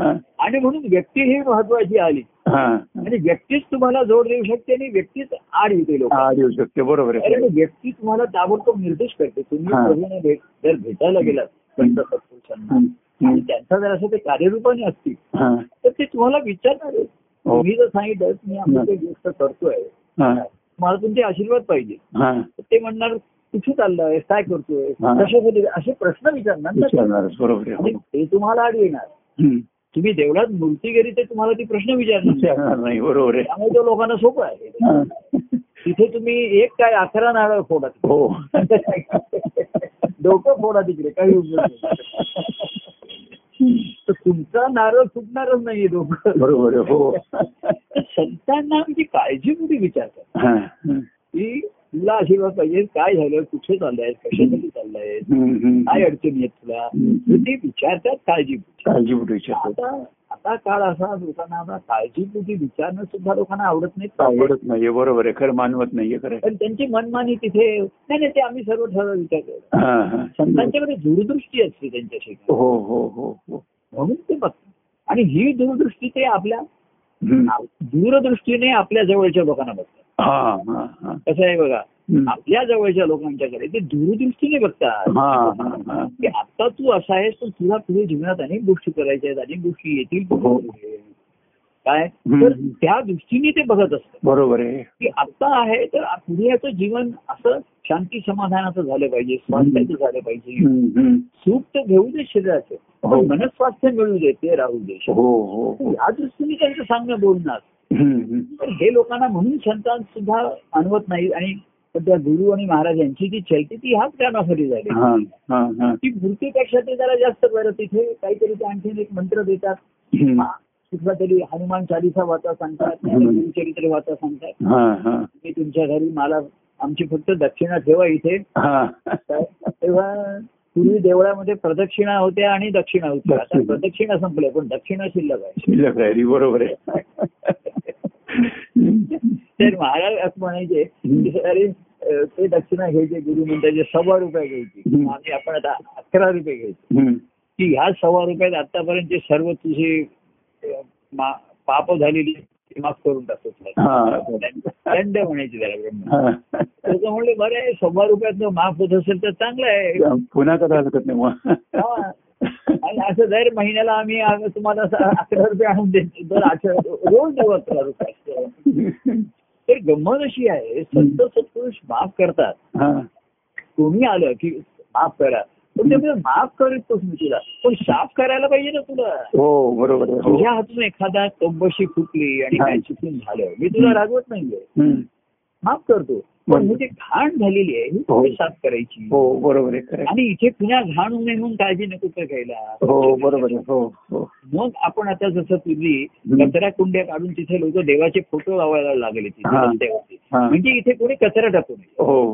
B: हा,
A: आणि म्हणून व्यक्ती ही महत्वाची आली
B: हा.
A: आणि म्हणजे व्यक्तीच तुम्हाला जोड देऊ शकते आणि व्यक्तीच आड येते लोक
B: आड येऊ शकते बरोबर आहे
A: कारण व्यक्ती तुम्हाला ताबडतोब निर्देश करते तुम्ही
B: हा.
A: प्रभूने भेट जर भेटायला गेलात संत सत्पुरुषांना
B: हम्म,
A: आणि
B: हम्म.
A: त्यांचा जर असं ते कार्यरूपाने असतील
B: हा,
A: तर ते तुम्हाला विचारणार आहे.
B: हो.
A: तुम्ही जर सांगितलं मी आम्ही ते गोष्ट करतोय
B: हा,
A: मला तुमचे आशीर्वाद पाहिजे
B: हा.
A: तर ते म्हणणार कुठे चाललंय काय करतोय
B: हा.
A: कशासाठी असे प्रश्न विचारणार ना ते.
B: विचारणारच बरोबर आहे
A: आणि ते तुम्हाला आड येणार
B: हम्म.
A: तुम्ही देवळात मूर्ती गेली ते तुम्हाला ते प्रश्न विचारणार
B: विचारणार नाही बरोबर आहे
A: त्यामुळे तो लोकांना सोपं आहे
B: हा.
A: तिथे तुम्ही एक काय अकरा नारळ फोडा
B: हो
A: डोकं फोडा तिकडे काही उपयोग नाही. तर तुमचा नारळ फुटणारच नाहीये डोकं
B: बरोबर आहे हो
A: तर संतांना म्हणजे काळजी कुठे विचारतात
B: हा.
A: की तुला आशीर्वाद पाहिजे काय झालं कुठे चाललंय कशासाठी चाललंय
B: हम्म, हम्म.
A: काय अडचणी आहेत तुला तर ते विचारतात काळजी
B: काळजीपूर्वक विचारतात
A: आता आता काळ असा लोकांना आता काळजीपोटी विचारणं सुद्धा लोकांना आवडत नाही
B: आवडत नाहीये बरोबर आहे खरं मानवत नाहीये खरं आहे.
A: पण त्यांची मनमानी तिथे नाही नाही ते आम्ही सर्व ठरव विचार करतो
B: हा, हा.
A: त्यांच्याकडे दूरदृष्टी असते त्यांच्याशी
B: हो हो हो हो
A: म्हणून ते बघतात आणि ही दूरदृष्टी ते आपल्या
B: हम्म.
A: दूरदृष्टीने आपल्या जवळच्या लोकांना बघतात
B: हा हा हा
A: कसं आहे बघा
B: हम्म.
A: आपल्या जवळच्या लोकांच्याकडे ते दूरदृष्टीने बघतात
B: हा हा हा
A: की आता तू असा आहेस पण तुला तुझ्या जीवनात अनेक गोष्टी करायच्या आहेत अनेक गोष्टी येतील
B: हो.
A: काय
B: हम्म.
A: तर त्या दृष्टीने ते बघत असतात
B: बरोबर आहे
A: की आता आहे तर पुढे याचं जीवन असं शांती समाधानाचं झालं पाहिजे स्वास्थ्याचं झालं पाहिजे
B: हम्म, हम्म.
A: सुख तर घेऊ दे शरीराचं
B: हो.
A: पण मनस्वास्थ्य मिळू दे ते राहू दे
B: हो हो हो
A: या दृष्टीने त्यांचं सांगणं बोलणार
B: हम्म, हम्म.
A: तर हे लोकांना म्हणून संतान सुद्धा अनुभवत नाही आणि सध्या गुरु आणि महाराज यांची जी चलती ती ह्याच कारणासाठी झाली
B: हा हा हा
A: ती मूर्तीपेक्षा ते जरा जास्त बरं तिथे काहीतरी ते आणखीन एक मंत्र देतात
B: हम्म.
A: कुठला तरी हनुमान चालिसा वाचा सांगतात
B: हम्म.
A: गुरुचरित्र वाचा सांगतात
B: हा हा
A: मी तुमच्या घरी मला आमची फक्त दक्षिणा ठेवा इथे
B: हा
A: काय? तेव्हा पूर्वी देवळामध्ये प्रदक्षिणा होत्या आणि दक्षिणा होत्या आता
B: दक्षिणा.
A: प्रदक्षिणा संपल्या पण दक्षिणा शिल्लक आहे
B: शिल्लक राहिली बरोबर आहे
A: तर महाराज असं म्हणायचे की अरे अ, ते दक्षिणा घ्यायचे गुरु म्हणतात जे सव्वा रुपये घ्यायची
B: हम्म.
A: आणि आपण आता अकरा रुपये घ्यायचे
B: हम्म.
A: की ह्या सव्वा रुपयात आतापर्यंत जे सर्व तुझे अ, मा- पाप झालेली आहेत, ती माफ करून टाकतो तुला.
B: हा.
A: दंड दंड म्हणायचे त्याला ब्रह्म
B: हा.
A: तर तो म्हणले बरं आहे सव्वा रुपयात माफ होत असेल तर चांगलं आहे
B: पुन्हा कदा हरकत नाही मग
A: हा. आणि असं दर महिन्याला आम्ही आ- तुम्हाला असं अकरा रुपये आणून देतो दर अठरा रोज देऊ अकरा रुपये असं. तर गंमत अशी आहे संत सत्पुरुष माफ करतात
B: हा.
A: कोणी आलं की माफ करा पण ते म्हणतात, माफ करतोस मी तुला पण शाप करायला पाहिजे ना तुला
B: हो बरोबर आहे हो.
A: तुझ्या हातून एखादा कंबशी फुटली आणि काय चुकून झालं मी तुला रागवत नाहीये
B: हम्म.
A: माफ करतो पण हे जे घाण झालेली आहे ही
B: हो.
A: तुला साफ करायची
B: हो बरोबर आहे खरं आहे.
A: आणि इथे पुन्हा घाण होऊ नये म्हणून काळजी नको का घ्यायला
B: हो बरोबर आहे हो हो
A: मग आपण आता जसं पूर्वी
B: हम्म.
A: कचरा कुंड्या काढून तिथे लोक देवाचे फोटो लावायला लागले तिथे
B: हा.
A: रस्त्यावरती
B: हा.
A: म्हणजे इथे कोणी कचरा टाकू नये
B: हो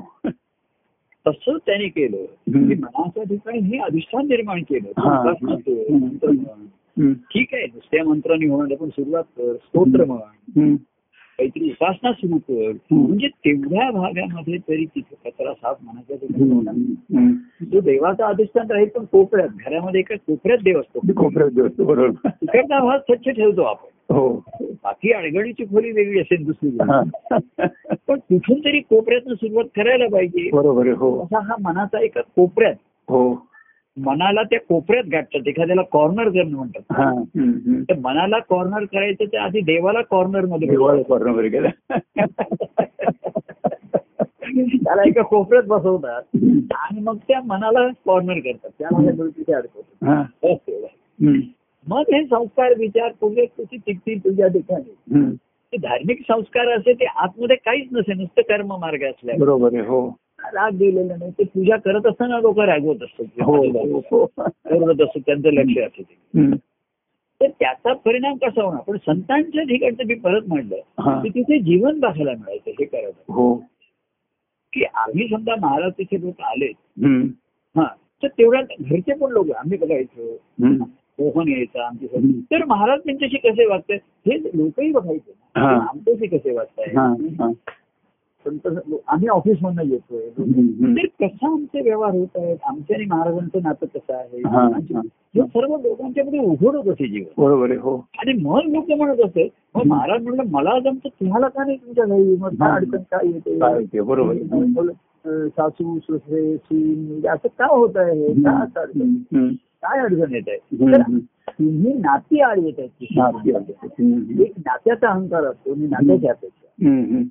A: तसं त्याने केलं
B: हम्म.
A: की मनाच्या ठिकाणी हे अधिष्ठान निर्माण केलं
B: हा.
A: उपास नको,
B: हम्म.
A: मंत्र म्हण.
B: हम्म.
A: ठीक आहे नुसत्या मंत्राने होणार पण सुरुवात कर स्तोत्र म्हण
B: हम्म.
A: काहीतरी उपासना सुरू कर म्हणजे तेवढ्या भागामध्ये तरी तिथे कचरा साफ मनाच्या ठिकाणी
B: हम्म.
A: होणार.
B: हम्म.
A: जो देवाचा अधिष्ठान राहील पण कोपऱ्यात घरामध्ये एका कोपऱ्यात देव असतो
B: ते कोपऱ्यात दिवस बरोबर
A: तिकडचा भाग स्वच्छ ठेवतो आपण
B: हो
A: बाकी अडगणीची खोली वेगळी असेल दुसरी
B: हा.
A: पण कुठून तरी कोपऱ्यातनं सुरुवात करायला पाहिजे
B: बरोबर आहे हो
A: असा हा मनाचा एका कोपऱ्यात
B: हो
A: मनाला त्या कोपऱ्यात गाठतात एखाद्याला कॉर्नर करणं म्हणतात
B: हा हम्म. हम्म.
A: तर मनाला कॉर्नर करायचं तर आधी देवाला कॉर्नर मध्ये
B: हिवाळा बरोबर गेला
A: त्याला एका कोपऱ्यात बसवतात आणि मग त्या मनाला कॉर्नर करतात त्यामध्ये तिथे अडकवतात
B: हा.
A: बस एवढं.
B: हम्म.
A: मग हे संस्कार विचार तुझे कुठे टिकतील तुझ्या ठिकाणी
B: हम्म.
A: ते धार्मिक संस्कार असे ते आतमध्ये काहीच नसे नुसतं कर्म मार्ग असल्या
B: बरोबर आहे हो
A: राग दिलेला नाही ते पूजा करत असताना लोक रागवत असतात
B: हो हो
A: करत असतात त्यांचं लक्ष असतं ते.
B: हम्म.
A: तर त्याचा परिणाम कसा होणार पण संतांच्या ठिकाणचं मी परत म्हणलं
B: हा.
A: की तिथे जीवन बघायला मिळायचं हे करायचं
B: हो
A: की आम्ही समजा महाराज तिथे लोक आले
B: हम्म.
A: हा तर तेवढ्या घरचे पण लोक आम्ही बघायचो
B: हम्म.
A: मोहन यायचा आमच्यासाठी
B: हम्म.
A: तर महाराज त्यांच्याशी कसे वागतात हे लोकही बघायचे
B: हा.
A: आमच्याशी कसे
B: हा,
A: वागताय
B: हा.
A: पण तसं आम्ही ऑफिस मधनं येतोय
B: हम्म, हम्म.
A: तर कसं आमचे व्यवहार होत आहेत आमच्या आणि महाराजांचं नातं कसं आहे
B: हा, हा.
A: हे सर्व लोकांच्या मध्ये उघड होत असे जीवन
B: बरोबर आहे हो
A: आणि मन लोक म्हणत असते मग महाराज म्हणलं मला जमतं तुम्हाला का नाही तुमच्या घरी मग काय अडचण काय
B: काय
A: येते
B: ते बरोबर आहे. हम्म.
A: बोल, अं, सासू सुसरे सून म्हणजे असं का होत आहे का असं अडचण
B: हम्म.
A: काय अडचण येत आहे
B: हम्म,
A: तर
B: हम्म.
A: तुम्ही नाती आळी येत
B: हा,
A: आहेत
B: ते आहे. हम्म,
A: एक नात्याचा अहंकार असतो आणि नात्याची अपेक्षा
B: हम्म.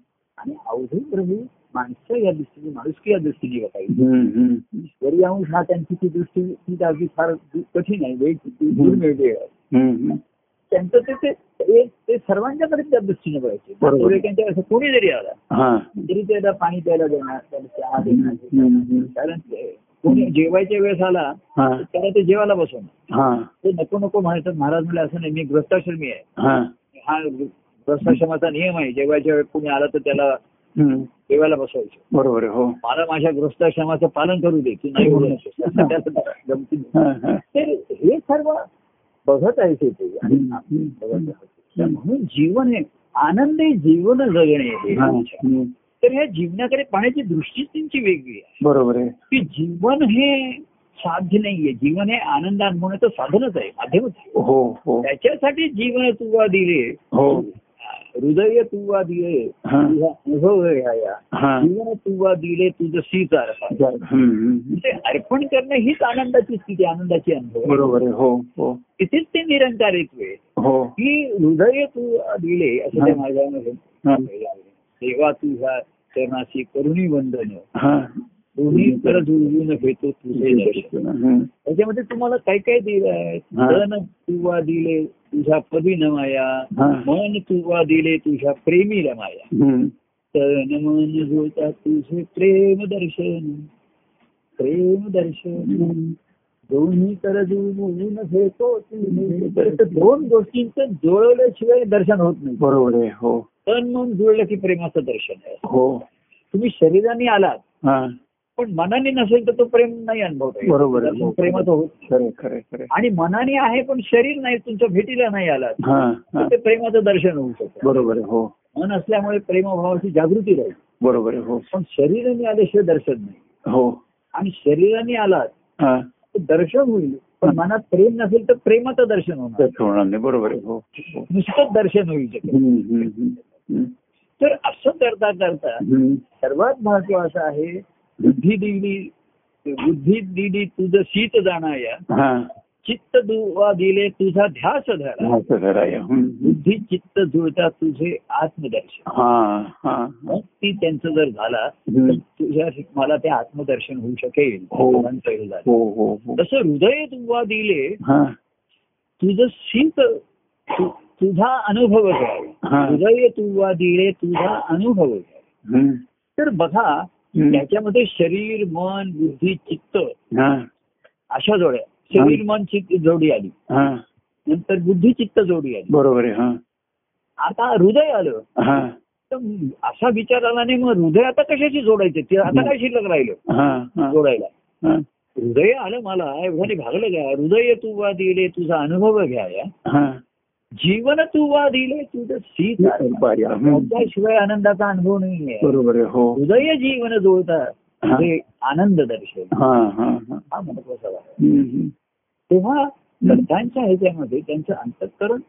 A: आणि अवधू प्रभू माणसं या दृष्टीने माणुसकी या दृष्टीने बघायची
B: हम्म, हम्म.
A: ईश्वरी अंश हा त्यांची ती दृष्टी ती जागी फार दु- कठीण आहे वेळ किती दुर्मिळ आहे
B: हम्म.
A: त्यांचं ते- ते एक ते सर्वांच्याकडे त्या दृष्टीने बघायचे
B: बरोबर.
A: नातेवाईकांच्या असं कोणी जरी आला
B: हा.
A: तरी त्याला पाणी प्यायला देणार त्याला चहा देणार
B: हम्म, हम्म.
A: कारण ते- कोणी जेवायच्या वेळेस आला
B: हा,
A: तर त्याला ते जेवायला बसवणार
B: हा,
A: ते नको नको म्हणायचं महाराज म्हणलं असं नाही मी ग्रस्ताश्रमी आहे
B: हा.
A: हा ग्रस्ताश्रमाचा नियम आहे जेवायच्या वेळेस कोणी आला तर त्याला
B: हम्म.
A: जेवायला बसवायचं
B: बरोबर आहे हो
A: मला माझ्या ग्रस्ताश्रमाचं पालन करू दे की नाही म्हणून त्याला गमती नाही.
B: हा, हा.
A: तर हे सर्व बघत आहे ते आणि आम्ही बघत आहोत. तर म्हणून जीवन हे आनंदी जीवन जगणे हे
B: हा, हम्म.
A: तर ह्या जीवनाकडे पाहण्याची दृष्टीच त्यांची वेगळी आहे
B: बरोबर आहे
A: की जीवन हे साध्य नाहीये जीवन हे आनंद अनुभवण्याचं साधनच आहे माध्यमच आहे
B: हो हो
A: त्याच्यासाठी जीवन तुवा दिले
B: हो
A: हृदय तुवा दिले
B: हा.
A: तुझा अनुभव घ्याया
B: हा
A: जीवन तुवा दिले तुझं सीत अर्पण
B: हम्म, हम्म.
A: ते अर्पण करणं हीच आनंदाची स्थिती आनंदाची अनुभव
B: बरोबर आहे हो हो
A: तिथेच ते निरंकारित वेळ
B: हो
A: की हृदय तू दिले असं त्या मार्गामध्ये
B: हा.
A: तेव्हा तुझ्या चरणाशी करुणी वंदन
B: हा.
A: दोन्ही तर जुळवून घेतो तुझे दर्शन
B: हम्म.
A: त्याच्यामध्ये तुम्हाला काय काय दिलं आहे
B: हा.
A: धन तुवा दिले तुझ्या पदी माया
B: हा.
A: मन तुवा दिले तुझ्या प्रेमीला माया
B: हम्म.
A: तन मन जोता तुझे प्रेम दर्शन प्रेम दर्शन
B: हम्म.
A: दोन्ही तर जुळवून घेतो तुझे दर्शन. दोन गोष्टींचं जुळवल्याशिवाय दर्शन होत नाही
B: बरोबर आहे हो
A: तन मन जुळलं की प्रेमाचं दर्शन आहे
B: हो
A: तुम्ही शरीराने आलात
B: हा
A: पण मनाने नसेल तर तो प्रेम नाही अनुभवता येत.
B: बरोबर आहे.
A: दर्शन प्रेमाचं होत नाही.
B: खरे खरे खरे
A: आणि मनाने आहे पण शरीर नाही तुमचं भेटीला नाही आलात
B: हा हा
A: तर ते प्रेमाचं दर्शन होऊ शकतं
B: बरोबर आहे हो
A: मन असल्यामुळे प्रेमभावाची जागृती राहील
B: बरोबर आहे हो
A: पण शरीराने आल्याशिवाय दर्शन नाही
B: हो
A: आणि शरीराने आलात
B: हा
A: तर दर्शन होईल पण मनात प्रेम नसेल तर प्रेमाचं दर्शन होणार
B: त्यात होणार नाही बरोबर आहे हो हो.
A: नुसतंच दर्शन होईल शकत
B: हम्म, हम्म, हम्म. हम्म.
A: तर असं करता करता
B: हम्म.
A: सर्वात महत्वाचं आहे बुद्धी दिली बुद्धी दिली तुझं शीत जाणाया
B: हा
A: चित्त दुवा दिले तुझा ध्यास धरा
B: हा, तर खरं आहे. हम्म.
A: बुद्धी चित्त जुळता तुझे आत्मदर्शन
B: हा हा
A: मग ती त्यांचं जर झाला तर
B: हम्म.
A: तुझ्या मला ते आत्मदर्शन होऊ शकेल
B: हो.
A: भगवान पहिलं झालं.
B: हो हो हो
A: तसं हृदय तुवा दिले
B: हा
A: तुझं शीत तु- तुझा अनुभव घ्या
B: हा.
A: हृदय तुवा दिले तुझा अनुभव घ्या
B: हम्म.
A: तर बघा
B: हम्म.
A: त्याच्यामध्ये शरीर मन बुद्धी चित्त
B: हा
A: अशा जोड्या शरीर मन चित्त जोडी आली
B: हा
A: नंतर बुद्धी चित्त जोडी आली
B: बरोबर आहे हा
A: आता हृदय आलं
B: हा
A: तर असा विचार आला नाही मग हृदय आता कशाशी जोडायचे ते आता काय शिल्लक राहिलं
B: हा हा
A: जोडायला
B: हा
A: हृदय आलं मला एवढ्याने भागलं घ्या हृदय तू वा दिले तुझा अनुभव घ्या या
B: हा
A: जीवन तू वा दिले तुझं सीत
B: बरं, हं.
A: त्याशिवाय आनंदाचा अनुभव नाहीये
B: बरोबर आहे हो
A: हृदय जीवन जोडता
B: हा.
A: ते आनंद दर्शन
B: हा हा हा
A: हा महत्वाचा भाग.
B: हम्म, हम्म.
A: तेव्हा संतांच्या ह्याच्यामध्ये त्यांचं अंतःकरण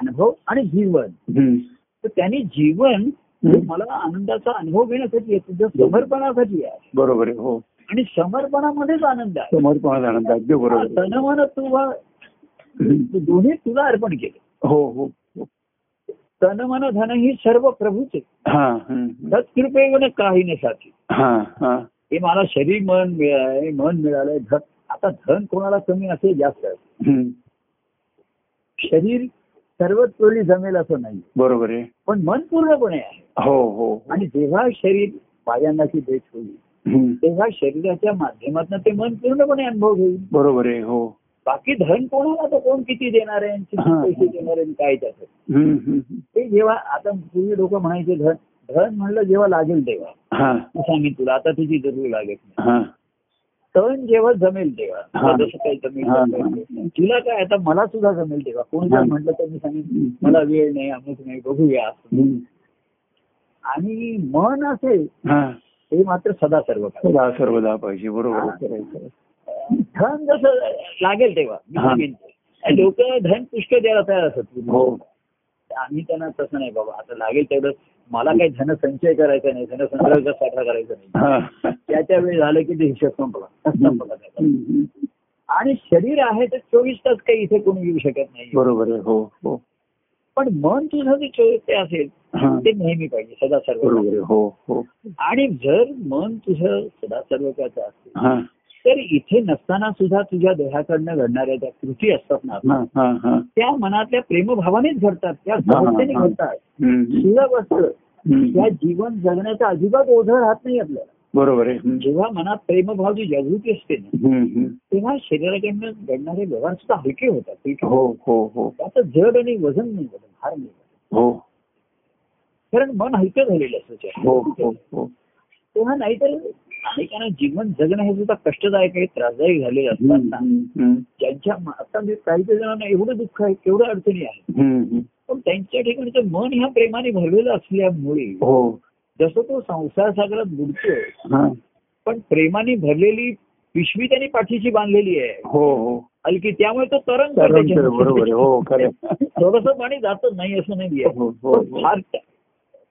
A: अनुभव आणि जीवन
B: हम्म.
A: तर त्यांनी जीवन हे
B: हं.
A: मला आनंदाचा अनुभव घेण्यासाठी आहे तुझ्या समर्पणासाठी आहे
B: बरोबर आहे हो
A: आणि समर्पणामध्येच आनंद आहे
B: समोर कोणाला आनंद आहे? अगदी बरोबर आहे.
A: तनमन तुवा
B: हम्म.
A: दोन्ही तुला अर्पण केले
B: हो हो हो.
A: तनमन धन ही सर्व प्रभूचे
B: हा हम्म.
A: सत्कृपेवन काही न साथी
B: हा हा
A: हे मला शरीर मन मिळालंय मन मिळालंय धन आता धन कोणाला कमी असेल जास्त असेल.
B: हम्म.
A: शरीर सर्वच वेळी जमेल असं नाही
B: बरोबर आहे
A: पण मन पूर्णपणे आहे
B: हो हो हो.
A: आणि जेव्हा शरीर पायांनाची देश होईल
B: हम्म.
A: तेव्हा शरीराच्या माध्यमातून ते मन पूर्णपणे अनुभव घेईल
B: बरोबर आहे हो
A: बाकी धन कोणाला तर कोण किती देणार आहे किती
B: हा.
A: पैसे देणार आहे काय त्याचं
B: हम्म, हम्म.
A: ते जेव्हा आता पूर्वी लोक म्हणायचे धन धन म्हणलं जेव्हा लागेल तेव्हा
B: हा
A: मी सांगेन तुला आता तुझी जरूर लागत नाही
B: हा
A: तण जेव्हा जमेल तेव्हा
B: हा.
A: जसं काही
B: हा,
A: जमेल तुला काय आता मला सुद्धा जमेल तेव्हा कोण
B: हा.
A: जर म्हटलं तर मी सांगेन मला वेळ नाही अमुक नाही बघूया
B: हम्म.
A: आणि मन असेल
B: हा
A: हे मात्र सदा सर्व काय
B: सदा सर्वदा पाहिजे बरोबर आहे, खरं आहे, खरं आहे.
A: धन जसं लागेल तेव्हा मी
B: हा.
A: सांगेन ते लोक धन पुष्कळ द्यायला तयार असत
B: हो
A: आम्ही त्यांना तसं नाही बाबा आता लागेल तेवढं मला काही धनसंचय करायचा नाही धनसंग्रहाचा साठा करायचा नाही
B: हा.
A: त्याच्या वेळी झालं की ते हिशोब संपला संपला त्याचा.
B: हम्म.
A: आणि शरीर आहे तर चोवीस तास काही इथे कोणी येऊ शकत नाही
B: बरोबर आहे हो हो
A: पण मन तुझं जे चोवीस ते असेल
B: हा.
A: ते नेहमी पाहिजे सदा सर्व
B: बरोबर आहे हो हो
A: आणि जर मन तुझं सदा सर्व असेल
B: हा
A: तर इथे नसताना सुद्धा तुझ्या देहाकडनं घडणाऱ्या ज्या कृती असतात ना
B: हा हा हा
A: त्या मनातल्या प्रेमभावानेच घडतात त्या सहजतेने
B: हा, हा.
A: घडतात
B: हम्म.
A: सुलभ असतं त्या
B: हम्म.
A: जीवन जगण्याचा अजिबात ओझं राहत नाही आपल्याला
B: बरोबर आहे हम्म.
A: जेव्हा मनात प्रेमभावची जागृती असते ना
B: हम्म, हम्म.
A: तेव्हा शरीराकडनं घडणारे व्यवहार सुद्धा हलके होतात हलके
B: हो हो हो
A: त्याचं जड आणि वजन नाही बदल भार नाही बदलत.
B: हो
A: कारण मन हलकं झालेलं असतं
B: हो
A: त्याचं.
B: हो हो
A: तेव्हा नाहीतर अनेकांना जीवन जगणं हे सुद्धा कष्टदायक आहे त्रासदायी झालेलं
B: हम्म,
A: असताना
B: हम्म,
A: ज्यांच्या म- आता म्हणजे काही काही जणांना एवढं दुःख आहे केवढं अडचणी आहे
B: हम्म, हम्म.
A: पण त्यांच्या ठिकाणी ते मन ह्या प्रेमाने भरलेलं असल्यामुळे
B: हो
A: जसं तो संसार सागरात बुडतोय
B: हा.
A: पण प्रेमाने भरलेली पिशवी त्याने पाठीशी बांधलेली आहे
B: हो हो
A: हलकी त्यामुळे तो तरंग
B: कारण तर बरोबर आहे हो खरं
A: थोडस पाणी जातच नाही असं नाहीये
B: हो, हो,
A: पण
B: हो.
A: फार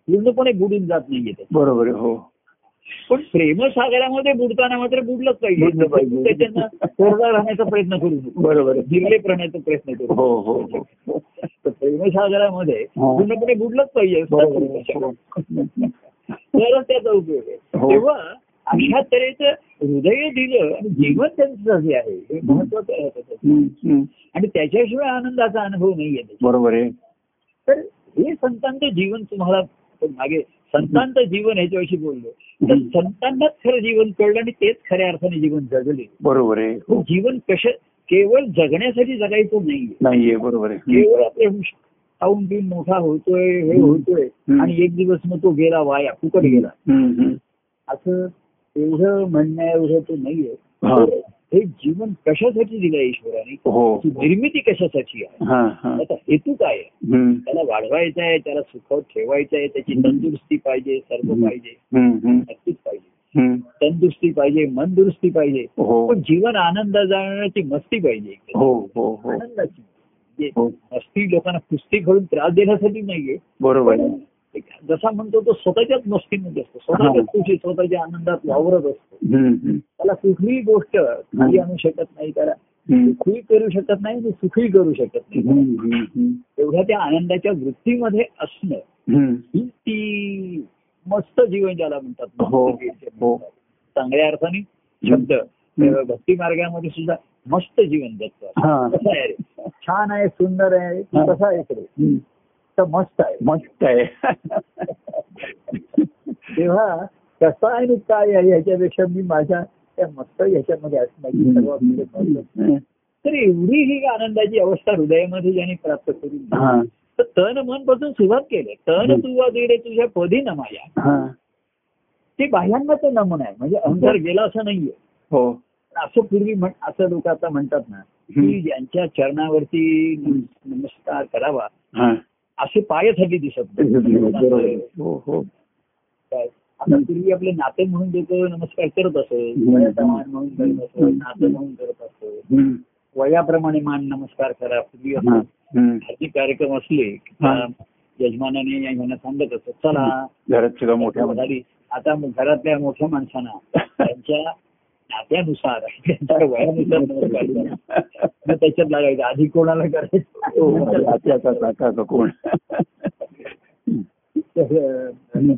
A: पूर्णपणे बुडून जात नाहीये ते
B: बरोबर आहे हो
A: पण प्रेमसागरामध्ये बुडताना मात्र बुडलंच पाहिजे
B: बुडलं पाहिजे.
A: त्याच्यानं कोरडा राहण्याचा प्रयत्न करू नको
B: बरोबर आहे
A: निर्लेप राहण्याचा प्रयत्न करू
B: हो
A: नको.
B: हो हो
A: तर प्रेमसागरामध्ये
B: हा.
A: पूर्णपणे बुडलंच पाहिजे
B: बरोबर आहे, हो.
A: तरच त्याचा उपयोग आहे
B: हो.
A: तेव्हा अशा तऱ्हेचं हृदय दिलं आणि जीवन त्यांचं जे आहे हे महत्वाचं आहे त्याचं.
B: हम्म, हम्म.
A: आणि त्याच्याशिवाय आनंदाचा अनुभव नाहीये त्याच्यात.
B: बरोबर आहे
A: तर हे संतांचं जीवन तुम्हाला मागे संतांचं जीवन ह्याच्याविषयी बोललो तर
B: हम्म.
A: संतांनाच खरं जीवन कळलं आणि तेच खऱ्या अर्थाने जीवन जगले
B: बरोबर आहे हो
A: जीवन कश केवळ जगण्यासाठी जगायचं नाहीये
B: नाहीये बरोबर आहे हम्म.
A: केवळ आपले हुश- खाऊन बिन मोठा होतोय हे होतोय
B: हम्म.
A: आणि एक दिवस मग तो गेला वाया फुकट गेला
B: हम्म, हम्म.
A: असं एवढं म्हणण्या एवढं ते नाहीये
B: हा.
A: तर हे जीवन कशासाठी दिलं ईश्वराने
B: हो
A: त्याची निर्मिती कशासाठी आहे
B: हा हा
A: त्याचा हेतू काय आहे
B: हम्म.
A: त्याला वाढवायचं आहे त्याला सुखवत ठेवायचं आहे त्याची तंदुरुस्ती पाहिजे सर्व पाहिजे
B: हम्म, हम्म,
A: नक्कीच पाहिजे
B: हम्म.
A: तंदुरुस्ती पाहिजे मनदुरुस्ती पाहिजे
B: हो
A: पण जीवन आनंद जाण्याची मस्ती पाहिजे
B: हो हो हो
A: आनंदाची म्हणजे
B: हो.
A: मस्ती लोकांना कुस्ती घालून त्रास देण्यासाठी नाहीये
B: बरोबर
A: पण
B: आहे
A: एक जसा म्हणतो तो स्वतःच्याच मस्तीमध्ये असतो स्वतःच्याच खुशी स्वतःच्या आनंदात वावरत असतो
B: हम्म, हम्म.
A: त्याला कुठलीही गोष्ट खाली आणू शकत नाही त्याला
B: हम्म.
A: दुःखी करू शकत नाही आणि सुखी करू शकत नाही
B: हम्म, हम्म, हम्म.
A: एवढ्या त्या आनंदाच्या वृत्तीमध्ये असणं
B: हम्म.
A: ही ती मस्त जीवन ज्याला म्हणतात
B: हो,
A: मस्त जीवन ज्याला
B: हो.
A: म्हणतात. चांगल्या अर्थाने शब्द
B: हम्म.
A: भक्ती मार्गामध्ये सुद्धा मस्त जीवन जगतात
B: हा.
A: कसं आहे रे? छान आहे सुंदर आहे
B: हा.
A: कसं आहे इकडे
B: हम्म.
A: तर मस्त आहे
B: मस्त आहे
A: तेव्हा कसं आहे आणि काय आहे ह्याच्यापेक्षा मी माझ्या त्या मस्त ह्याच्यामध्ये असण्याची सर्वात मोठी गोष्ट. तर एवढी ही आनंदाची अवस्था हृदयामध्ये ज्यांनी प्राप्त करून दिली.
B: हा,
A: तर तन मन पासून सुरुवात केली तन
B: हम्म.
A: तुवा दिडे तुझ्या पदी नमाया
B: हा.
A: ते बाह्यांनाचं नमन आहे म्हणजे अंतर गेला असं नाहीये
B: हो
A: पण असं पूर्वी म्हण असं लोक आता म्हणतात ना
B: हम्म.
A: की ज्यांच्या चरणावरती नम- नमस्कार करावा
B: हा.
A: असे पायासाठी दिसत
B: बरोबर
A: नाही.
B: आहे. हो हो
A: काय? आता पूर्वी आपले नाते म्हणून लोक नमस्कार करत असत
B: हम्म.
A: वयाचा मान म्हणून करत असत
B: हम्म.
A: नातं म्हणून करत असत
B: हम्म.
A: वयाप्रमाणे मान नमस्कार करा पूर्वी
B: हा.
A: असं
B: हम्म.
A: धार्मिक कार्यक्रम असले की
B: हा.
A: त्या यजमानाने यजमाना सांगत असत चला
B: घरात सगळं मोठ्या
A: मोठ्या झाली आता मग घरातल्या मोठ्या माणसांना त्यांच्या नात्यानुसार त्यांच्या वयानुसार नमस्कार करा. मग त्याच्यात लागायचं आधी कोणाला
B: हो,
A: करायचं
B: नात्याचा काका का कोण
A: तर,
B: हम्म.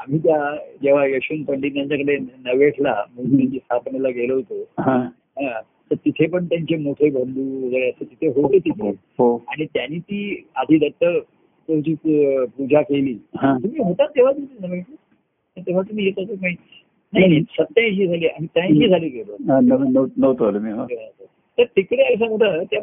A: आम्ही त्या जेव्हा यशवंत पंडित यांच्याकडे नवेठला मूर्तीची स्थापनेला गेलो होतो
B: हा.
A: हा, तर तिथे पण त्यांचे मोठे बंधू वगैरे असे तिथे होते तिथे
B: हो
A: आणि त्यांनी ती आधी दत्त जी पू- पूजा केली
B: हा.
A: तुम्ही होता तेव्हा तुम्ही नवेठला तेव्हा तुम्ही येत होते काही नाही सत्याऐंशी झाली आणि त्र्याऐंशी झाली गेलो
B: हा, नव- नव- नव्हतो आलो मी हा.
A: तर तिकडे एक सांगतं त्या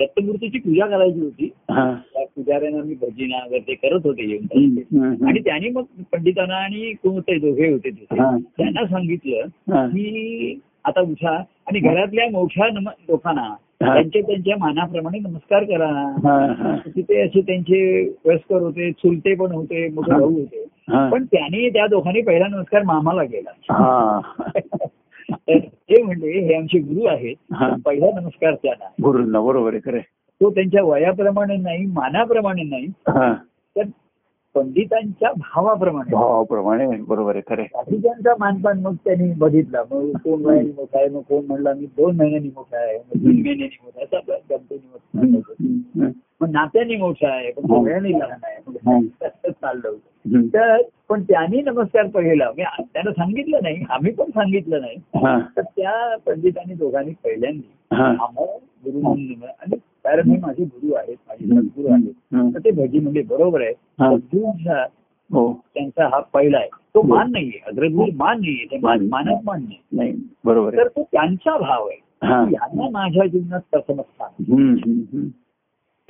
A: दत्तमूर्तीची पूजा करायची होती
B: हा.
A: त्या पुजाऱ्यांना मी भजिना वगैरे ते करत होते येऊन
B: हम्म, हम्म,
A: आणि
B: हम्म.
A: त्यांनी मग पंडितांना आणि कोणते दोघे होते तिथे
B: हा.
A: त्यांना सांगितलं
B: हा.
A: की आता उठा आणि घरातल्या मोठ्या नम- लोकांना त्यांच्या त्यांच्या मानाप्रमाणे नमस्कार करा
B: हा, हा.
A: तिथे असे त्यांचे वयस्कर होते चुलते पण होते मोठे
B: हा.
A: भाऊ होते
B: हा.
A: पण त्यांनी त्या दोघांनी पहिला नमस्कार मामाला केला
B: हा.
A: तर ते म्हणले हे आमचे गुरु आहेत
B: हा.
A: पहिला नमस्कार त्यांना
B: गुरुंना बरोबर आहे खरे
A: तो त्यांच्या वयाप्रमाणे नाही मानाप्रमाणे नाही तर पंडितांच्या भावाप्रमाणे
B: भावाप्रमाणे बरोबर आहे खरे
A: बाकीच्यांचा मानपान मग त्यांनी बघितला मग कोण महिन्याने मोठा आहे मग कोण म्हणला मी दोन महिन्यांनी मोठा आहे मग तीन महिन्यांनी मोठा आहे असं आपला कंपनी मोठा मग नात्याने मोठा आहे पण सगळ्यांनी लहान आहे
B: हं.
A: मग असं चाललं होतं तर पण त्यांनी नमस्कार पहिला म्हणजे त्यांना सांगितलं नाही आम्ही पण सांगितलं नाही
B: हा,
A: तर त्या पंडितांनी दोघांनी पहिल्यांनी
B: हा.
A: आम्हाला गुरु म्हणून निवड- आणि कारण हे माझे गुरु आहेत माझे सद्गुरू आहेत
B: हं.
A: तर ते भजी म्हणजे बरोबर आहे
B: हा.
A: सद्गुरूंचा
B: हो
A: त्यांचा हा पहिला आहे तो मान नाहीये अग्रगुरु मान नाहीये ते मान मानत मान नाही
B: नाही हो. बरोबर आहे
A: तर तो त्यांचा भाव आहे
B: हा.
A: की यांना माझ्या जीवनात प्रथम स्थान
B: हम्म, हम्म, हम्म.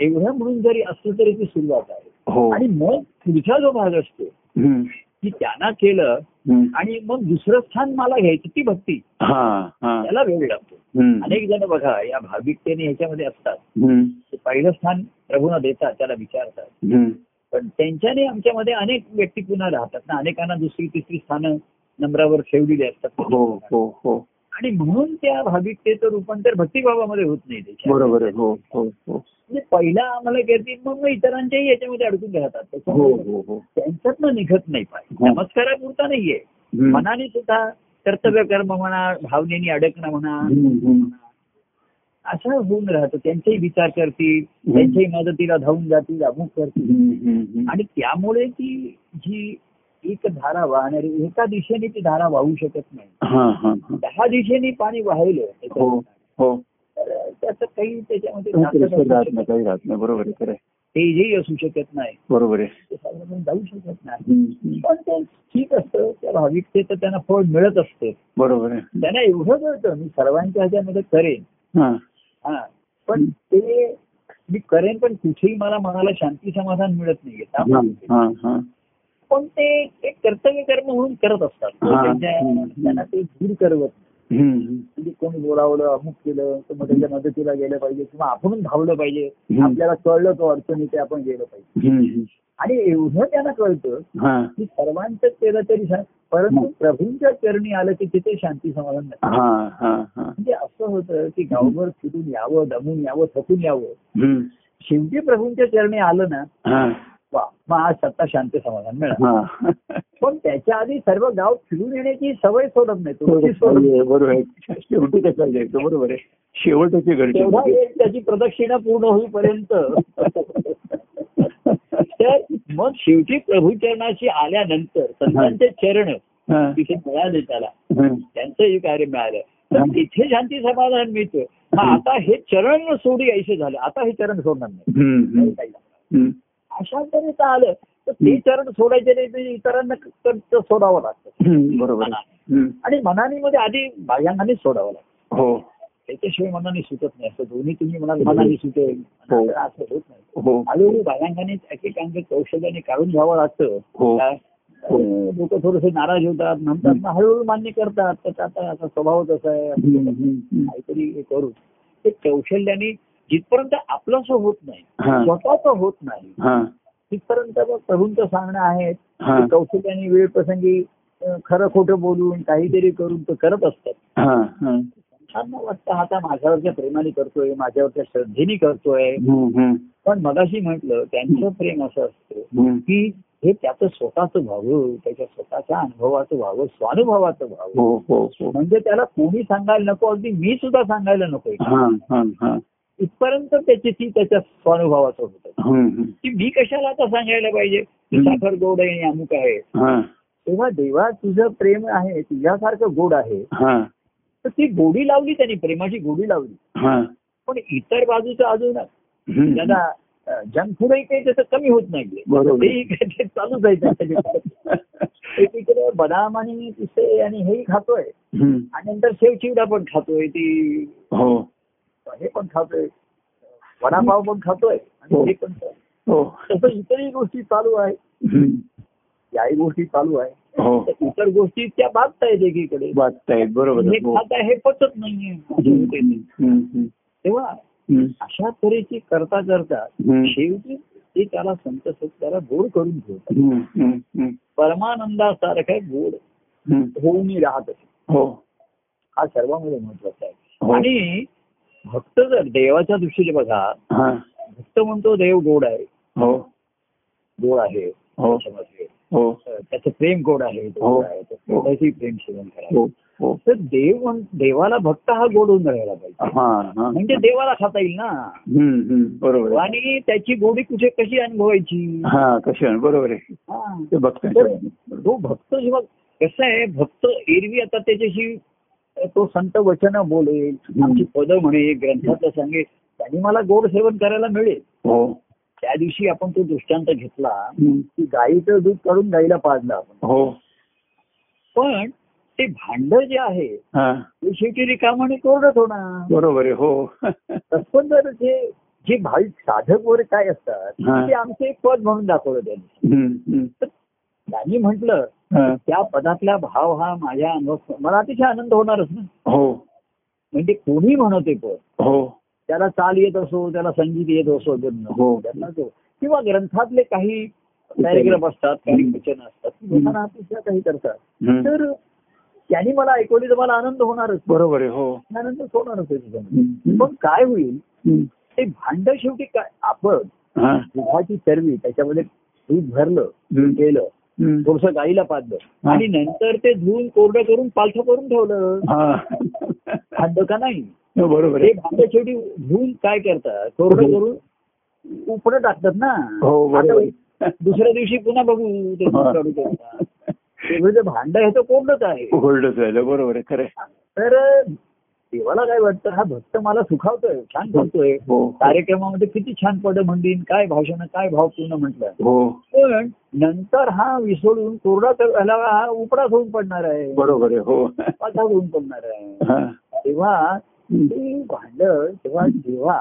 A: एवढं म्हणून जरी असलं तरी ती सुरुवात आहे
B: हो
A: आणि मग पुढचा जो भाग असतो
B: हम्म,
A: की त्यांना केलं
B: हम्म.
A: आणि मग दुसरं स्थान मला घ्यायचं ती भक्ती
B: हा हा
A: त्याला वेळ लागतो
B: हम्म,
A: अनेक जण बघा या भाविकतेने ह्याच्यामध्ये असतात
B: हम्म,
A: ते पहिलं स्थान प्रभूना देतात त्याला विचारतात
B: हम्म.
A: पण त्यांच्याने आमच्यामध्ये अनेक व्यक्ती पुन्हा राहतात ना अनेकांना दुसरी तिसरी स्थानं नंबरावर ठेवलेली असतात
B: हो हो हो
A: आणि म्हणून त्या भाविकतेचं रूपांतर भक्तिभावामध्ये होत नाही त्याच्या.
B: बरोबर आहे हो हो हो
A: म्हणजे पहिला आम्हाला करतील मग मग इतरांच्याही याच्यामध्ये अडकून राहतात
B: हो
A: त्याच्यामुळे
B: हो हो
A: त्यांच्यातनं निघत नाही पाहिजे
B: हो.
A: नमस्कारापुरता नाहीये
B: हम्म.
A: मनाने सुद्धा कर्तव्य कर्म म्हणा भावनेने अडकणं म्हणा
B: हम्म, हम्म.
A: असं होऊन राहतं त्यांचेही विचार करतील त्यांच्याही मदतीला धावून जातील अमुक करतील
B: हम्म, हम्म, हम्म.
A: आणि त्यामुळे ती जी एक धारा वाहणारी एका दिशेने ती धारा वाहू शकत नाही
B: हा हा हा
A: दहा दिशेने पाणी वाहिलं
B: हो
A: त्याच्यात,
B: हो
A: तर त्याचं काही त्याच्यामध्ये
B: काही
A: ताकद असू
B: राहत नाही
A: शकत-
B: काही राहत नाही बरोबर आहे खरं आहे.
A: तेजही असू शकत नाही
B: बरोबर आहे
A: ते साधारण जाऊ शकत नाही
B: हम्म, हम्म.
A: पण ते ठीक असतं त्या भाविकतेचं त्यांना फळ मिळत असते
B: बरोबर आहे
A: त्यांना एवढं कळतं मी सर्वांच्या ह्याच्यामध्ये करेन
B: हा
A: हा पण ते मी करेन पण कुठेही मला मनाला शांती समाधान मिळत नाहीये
B: हा
A: त्यामुळे
B: हा हा
A: पण ते एक कर्तव्य कर्म म्हणून करत असतात
B: हा.
A: त्यांच्या- त्यांना ते दूर करवत नाही.
B: हम्म,
A: म्हणजे कोणी बोलावलं अमुक केलं तर मग त्याच्या मदतीला गेलं पाहिजे किंवा आपण धावलं पाहिजे
B: हम्म.
A: आपल्याला कळलं तो अडचणी ते आपण गेलं पाहिजे
B: हम्म, हम्म.
A: आणि एवढं त्यांना कळतं
B: हा
A: की सर्वांचं केलं तरी छान. परंतु प्रभूंच्या चरणी आलं की तिथे शांती समाधान नाही
B: हा हा हा
A: म्हणजे असं होतं की गावभर फिरून यावं दमून यावं थकून यावं
B: हम्म.
A: शेवटी प्रभूंच्या चरणी आलं ना
B: हा
A: वा मग आज सत्ता शांती समाधान मिळालं
B: हा
A: पण त्याच्या आधी सर्व गाव फिरून येण्याची सवय सोडत नाही
B: हो,
A: तुमची सोडत नाही.
B: बरोबर आहे शेवटी कसं जायचं बरोबर आहे शेवटचे घडते
A: तेवढा वेळ त्याची प्रदक्षिणा पूर्ण होईपर्यंत तर मग शेवटी प्रभू चरणाशी आल्यानंतर संतांचे चरण
B: हा,
A: तिथे मिळाले त्याला
B: हा.
A: त्यांचंही कार्य मिळालं तर तिथे शांती समाधान मिळतं मग आता हे चरण न सोडी ऐसे झालं आता हे चरण सोडणार नाही
B: हम्म, हम्म, हम्म.
A: अशा तऱ्हेचं आलं तर ते चरण सोडायचे नाही तर इतरांना क- क- सोडावं लागतं
B: हम्म, बरोबर आहे. हम्म.
A: आणि मनाने मध्ये आधी बाह्यांनाने सोडावं लागतं
B: हो
A: त्याच्याशिवाय मनाने सुचत नाही असं दोन्ही तुम्ही म्हणाल मनाने सुटेल
B: हो.
A: असं होत नाही
B: हो
A: हळूहळू बायांगाने एकेकांचे कौशल्याने काढून घ्यावं लागतं
B: हो.
A: लोक थोडेसे नाराज होतात म्हणतात मग हळूहळू मान्य करतात तर आता असा स्वभावच असा आहे आपण
B: हम्म, हम्म, हम्म.
A: काहीतरी हे करू ते कौशल्याने जिथपर्यंत आपलंच होत नाही
B: हा
A: स्वतःच होत नाही
B: हा
A: तिथपर्यंत मग प्रभूंचं सांगणं आहे
B: हा
A: की कौशल्याने वेळ प्रसंगी अं, खरं खोटं बोलून काहीतरी करून तो करत असतात
B: हा हा
A: त्यांना वाटतं हा आता माझ्यावरच्या प्रेमाने करतोय माझ्यावरच्या श्रद्धेने करतोय
B: हम्म, हम्म,
A: पण मगाशी म्हटलं त्यांचं प्रेम असं असतं
B: हम्म.
A: की हे त्याचं स्वतःचं व्हावं त्याच्या स्वतःच्या अनुभवाचं व्हावं स्वानुभवाचं व्हावं
B: हो हो हो
A: म्हणजे त्याला कोणी सांगायला नको अगदी मी सुद्धा सांगायला नको
B: हा हा हा
A: इथपर्यंत त्याची ती त्याच्या स्वानुभवाचं होतं
B: हम्म, हम्म.
A: की मी कशाला आता सांगायला पाहिजे की
B: हम्म.
A: साखर गोड आहे आणि अमुक आहे
B: हा
A: तेव्हा देवा तुझं प्रेम आहे तुझ्यासारखं गोड आहे
B: हा
A: तर ती गोडी लावली त्यांनी प्रेमाची गोडी लावली
B: हा
A: पण इतर बाजूचं अजून
B: हम्म.
A: त्याला जंक फूडही काही त्याचं कमी होत नाही
B: बरोबर.
A: तेही काही ते चालूच आहे त्याच्याकडे. ते तिकडे बदाम आणि पिस्ते आणि हेही खातोय
B: हम्म.
A: आणि नंतर शेव चिवडा पण खातोय ती
B: हो
A: हे पण खातोय वडापाव पण खातोय आणि
B: हो.
A: हे पण खातोय.
B: हो
A: तसं इतरही गोष्टी चालू आहेत
B: हम्म.
A: याही गोष्टी चालू आहे
B: हो
A: तर इतर गोष्टी त्या बाबतायत एकीकडे
B: वाचताय बरोबर
A: हे
B: आहे. हो.
A: खात आहे हे पचत नाहीये असं
B: हम्म,
A: होतंय ते.
B: हम्म, हम्म,
A: तेव्हा
B: हम्म,
A: अशा तऱ्हेची करता करता
B: हम्म,
A: शेवटी ते त्याला संत त्याला गोड करून ठेवतात
B: हम्म, हम्म, हम्म,
A: परमानंदासारखं गोड
B: हम्म.
A: होऊन राहत असे
B: हो
A: हा सर्वांमध्ये महत्वाचा आहे
B: हो.
A: आणि भक्त जर देवाच्या दृष्टीने बघा
B: हा
A: भक्त म्हणतो देव गोड आहे
B: हो
A: गोड आहे
B: हो
A: त्याच्यामध्ये
B: हो
A: त्याचं प्रेम गोड आहे तो
B: हो.
A: गोड आहे
B: हो.
A: त्याची प्रेम सेवन करायचं
B: हो हो
A: तर देव म्हण- देवाला भक्त हा गोड होऊन राहायला पाहिजे
B: हा हा
A: म्हणजे देवाला खाता येईल ना
B: हम्म, हम्म, बरोबर आहे.
A: आणि त्याची गोडी कुठे कशी अनुभवायची
B: हा कशा बरोबर आहे
A: हा.
B: ते बघताय
A: तर तो भक्त जेव्हा कसं आहे भक्त एरवी आता त्याच्याशी तो संत वचन बोलेल आमची पदं म्हणे ग्रंथाचं सांगेल त्यांनी मला गोड सेवन करायला मिळेल
B: हो
A: त्या दिवशी आपण तो दृष्टांत घेतला
B: हम्म,
A: की गाईचं दूध काढून गाईला पाजलं आपण
B: हो
A: पण ते भांड जे आहे
B: हा
A: ते शेवटी रिकामाने कोरडत होणार
B: बरोबर आहे हो
A: तसं जर जे जे भाविक साधक वगैरे काय असतात
B: हा.
A: ते आमचं एक पद म्हणून दाखवलं त्यांनी
B: हम्म, हम्म,
A: त्यांनी म्हटलं
B: हा,
A: त्या पदातला भाव हा माझ्या अनुभव मला अतिशय आनंद होणारच ना
B: हो
A: म्हणजे कोणी म्हणते पद
B: हो
A: त्याला चाल येत असो त्याला संगीत येत असो
B: हो.
A: त्यांना जो किंवा ग्रंथातले काही कार्यक्रम असतात काही वचन असतात ती लोकांना अतिशय काही करतात
B: हम्म,
A: तर त्यांनी मला ऐकवली तर मला आनंद होणारच
B: बरोबर आहे हो
A: आनंद होणारच आहे त्याच्यामध्ये.
B: हम्म,
A: पण काय होईल
B: हम्म,
A: ते भांड शेवटी काय आपण
B: हा,
A: दुधाची चरवी त्याच्यामध्ये दूध भरलं
B: हम्म,
A: केलं
B: हम्म,
A: थोडस गाईला पाजलं आणि नंतर ते धुवून कोरडं करून पालथं करून ठेवलं
B: हा
A: भांड का नाही
B: बरोबर
A: ते
B: आहे
A: भांड शेवटी धुवून काय करतात कोरडं करून उपडं टाकतात ना
B: हो बरोबर
A: आता दुसऱ्या दिवशी पुन्हा बघू ते दूध काढू तेव्हा. ते म्हणजे भांड हे तर कोरडंच आहे
B: उघडलंच राहिलं बरोबर आहे खरं आहे.
A: तर देवाला काय वाटतं हा भक्त मला सुखावतोय छान करतोय
B: हो
A: कार्यक्रमामध्ये किती छान पद म्हणलीन काय भाषण काय भावपूर्ण म्हटलं
B: हो
A: पण नंतर हा विसळून कोरडा तर- ह्याला हा उपडाच होऊन पडणार आहे
B: बरोबर आहे हो
A: पाठात होऊन पडणार आहे
B: हा.
A: तेव्हा
B: हम्म,
A: ते भांडण तेव्हा जेव्हा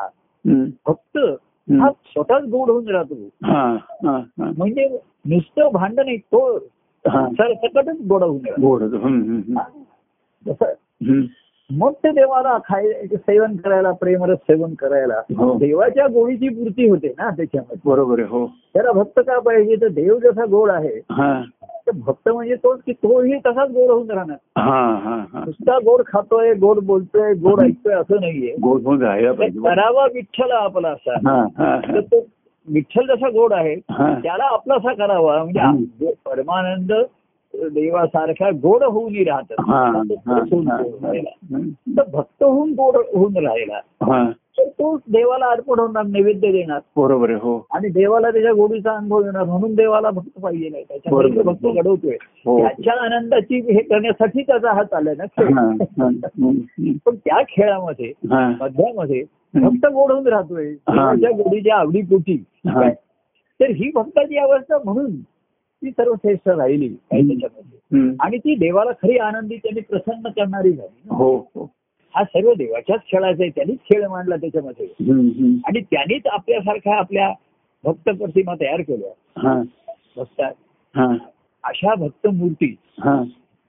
B: हम्म,
A: फक्त
B: हम्म.
A: हा स्वतःच गोड होऊन राहतो
B: हा, हा, हा,
A: म्हणजे नुसतं भांडण नाही तो
B: हा.
A: सरसकटच गोड होऊन राहतो
B: गोड होतं. हम्म, हम्म,
A: हा. जसं
B: हम्म.
A: मग ते देवाला खायला सेवन करायला प्रेमरस सेवन करायला
B: हो.
A: देवाच्या गोडीची पूर्ती होते ना त्याच्यामध्ये
B: बरोबर आहे हो
A: त्याला भक्त का पाहिजे तर देव जसा गोड आहे
B: हा
A: तर भक्त म्हणजे तोच की तोही तसाच गोड होऊन राहणार
B: हा हा हा
A: नुसता गोड खातोय गोड बोलतोय गोड ऐकतोय असं नाहीये
B: गोड होऊन राहायला
A: तर
B: पाहिजे
A: करावा विठ्ठल आपला असा
B: हा हा
A: तर तो विठ्ठल जसा गोड आहे
B: हा
A: त्याला आपलासा करावा म्हणजे
B: हम्म.
A: आप- परमानंद देवासारखा गोड होऊनही राहत
B: हा, हा,
A: तो तोच होऊन
B: हा,
A: गोड राहिला.
B: हा.
A: तर भक्त होऊन गोड होऊन राहिला
B: हा,
A: तर तो देवाला अर्पण होणार नैवेद्य देणार
B: बरोबर आहे हो
A: आणि देवाला त्याच्या गोडीचा अनुभव येणार म्हणून देवाला भक्त पाहिजे नाही त्याच्यामुळे
B: बरोबर.
A: तो भक्त घडवतोय
B: हो.
A: त्याच्या आनंदाची हे करण्यासाठी त्याचा हात आलाय ना
B: हा,
A: खेळ.
B: हा, हम्म,
A: पण त्या खेळामध्ये
B: हा,
A: मध्यामध्ये
B: हम्म.
A: भक्त गोड होऊन राहतोय
B: हा.
A: देवाच्या गोडीच्या आवडीपोटी
B: हा.
A: तर ही भक्ताची अवस्था म्हणून ती सर्वश्रेष्ठ राहिली काही
B: हम्म.
A: त्याच्यामध्ये
B: हम्म.
A: आणि ती देवाला खरी आनंदी त्यांनी प्रसन्न करणारी झाली
B: हो हो
A: हा सर्व देवाच्याच खेळाचा आहे त्यांनीच खेळ मांडला त्याच्यामध्ये
B: हम्म, हम्म.
A: आणि त्यांनीच आपल्यासारख्या आपल्या भक्त प्रतिमा तयार केल्या
B: हा
A: भक्त
B: हा
A: अशा भक्त मूर्ती
B: हा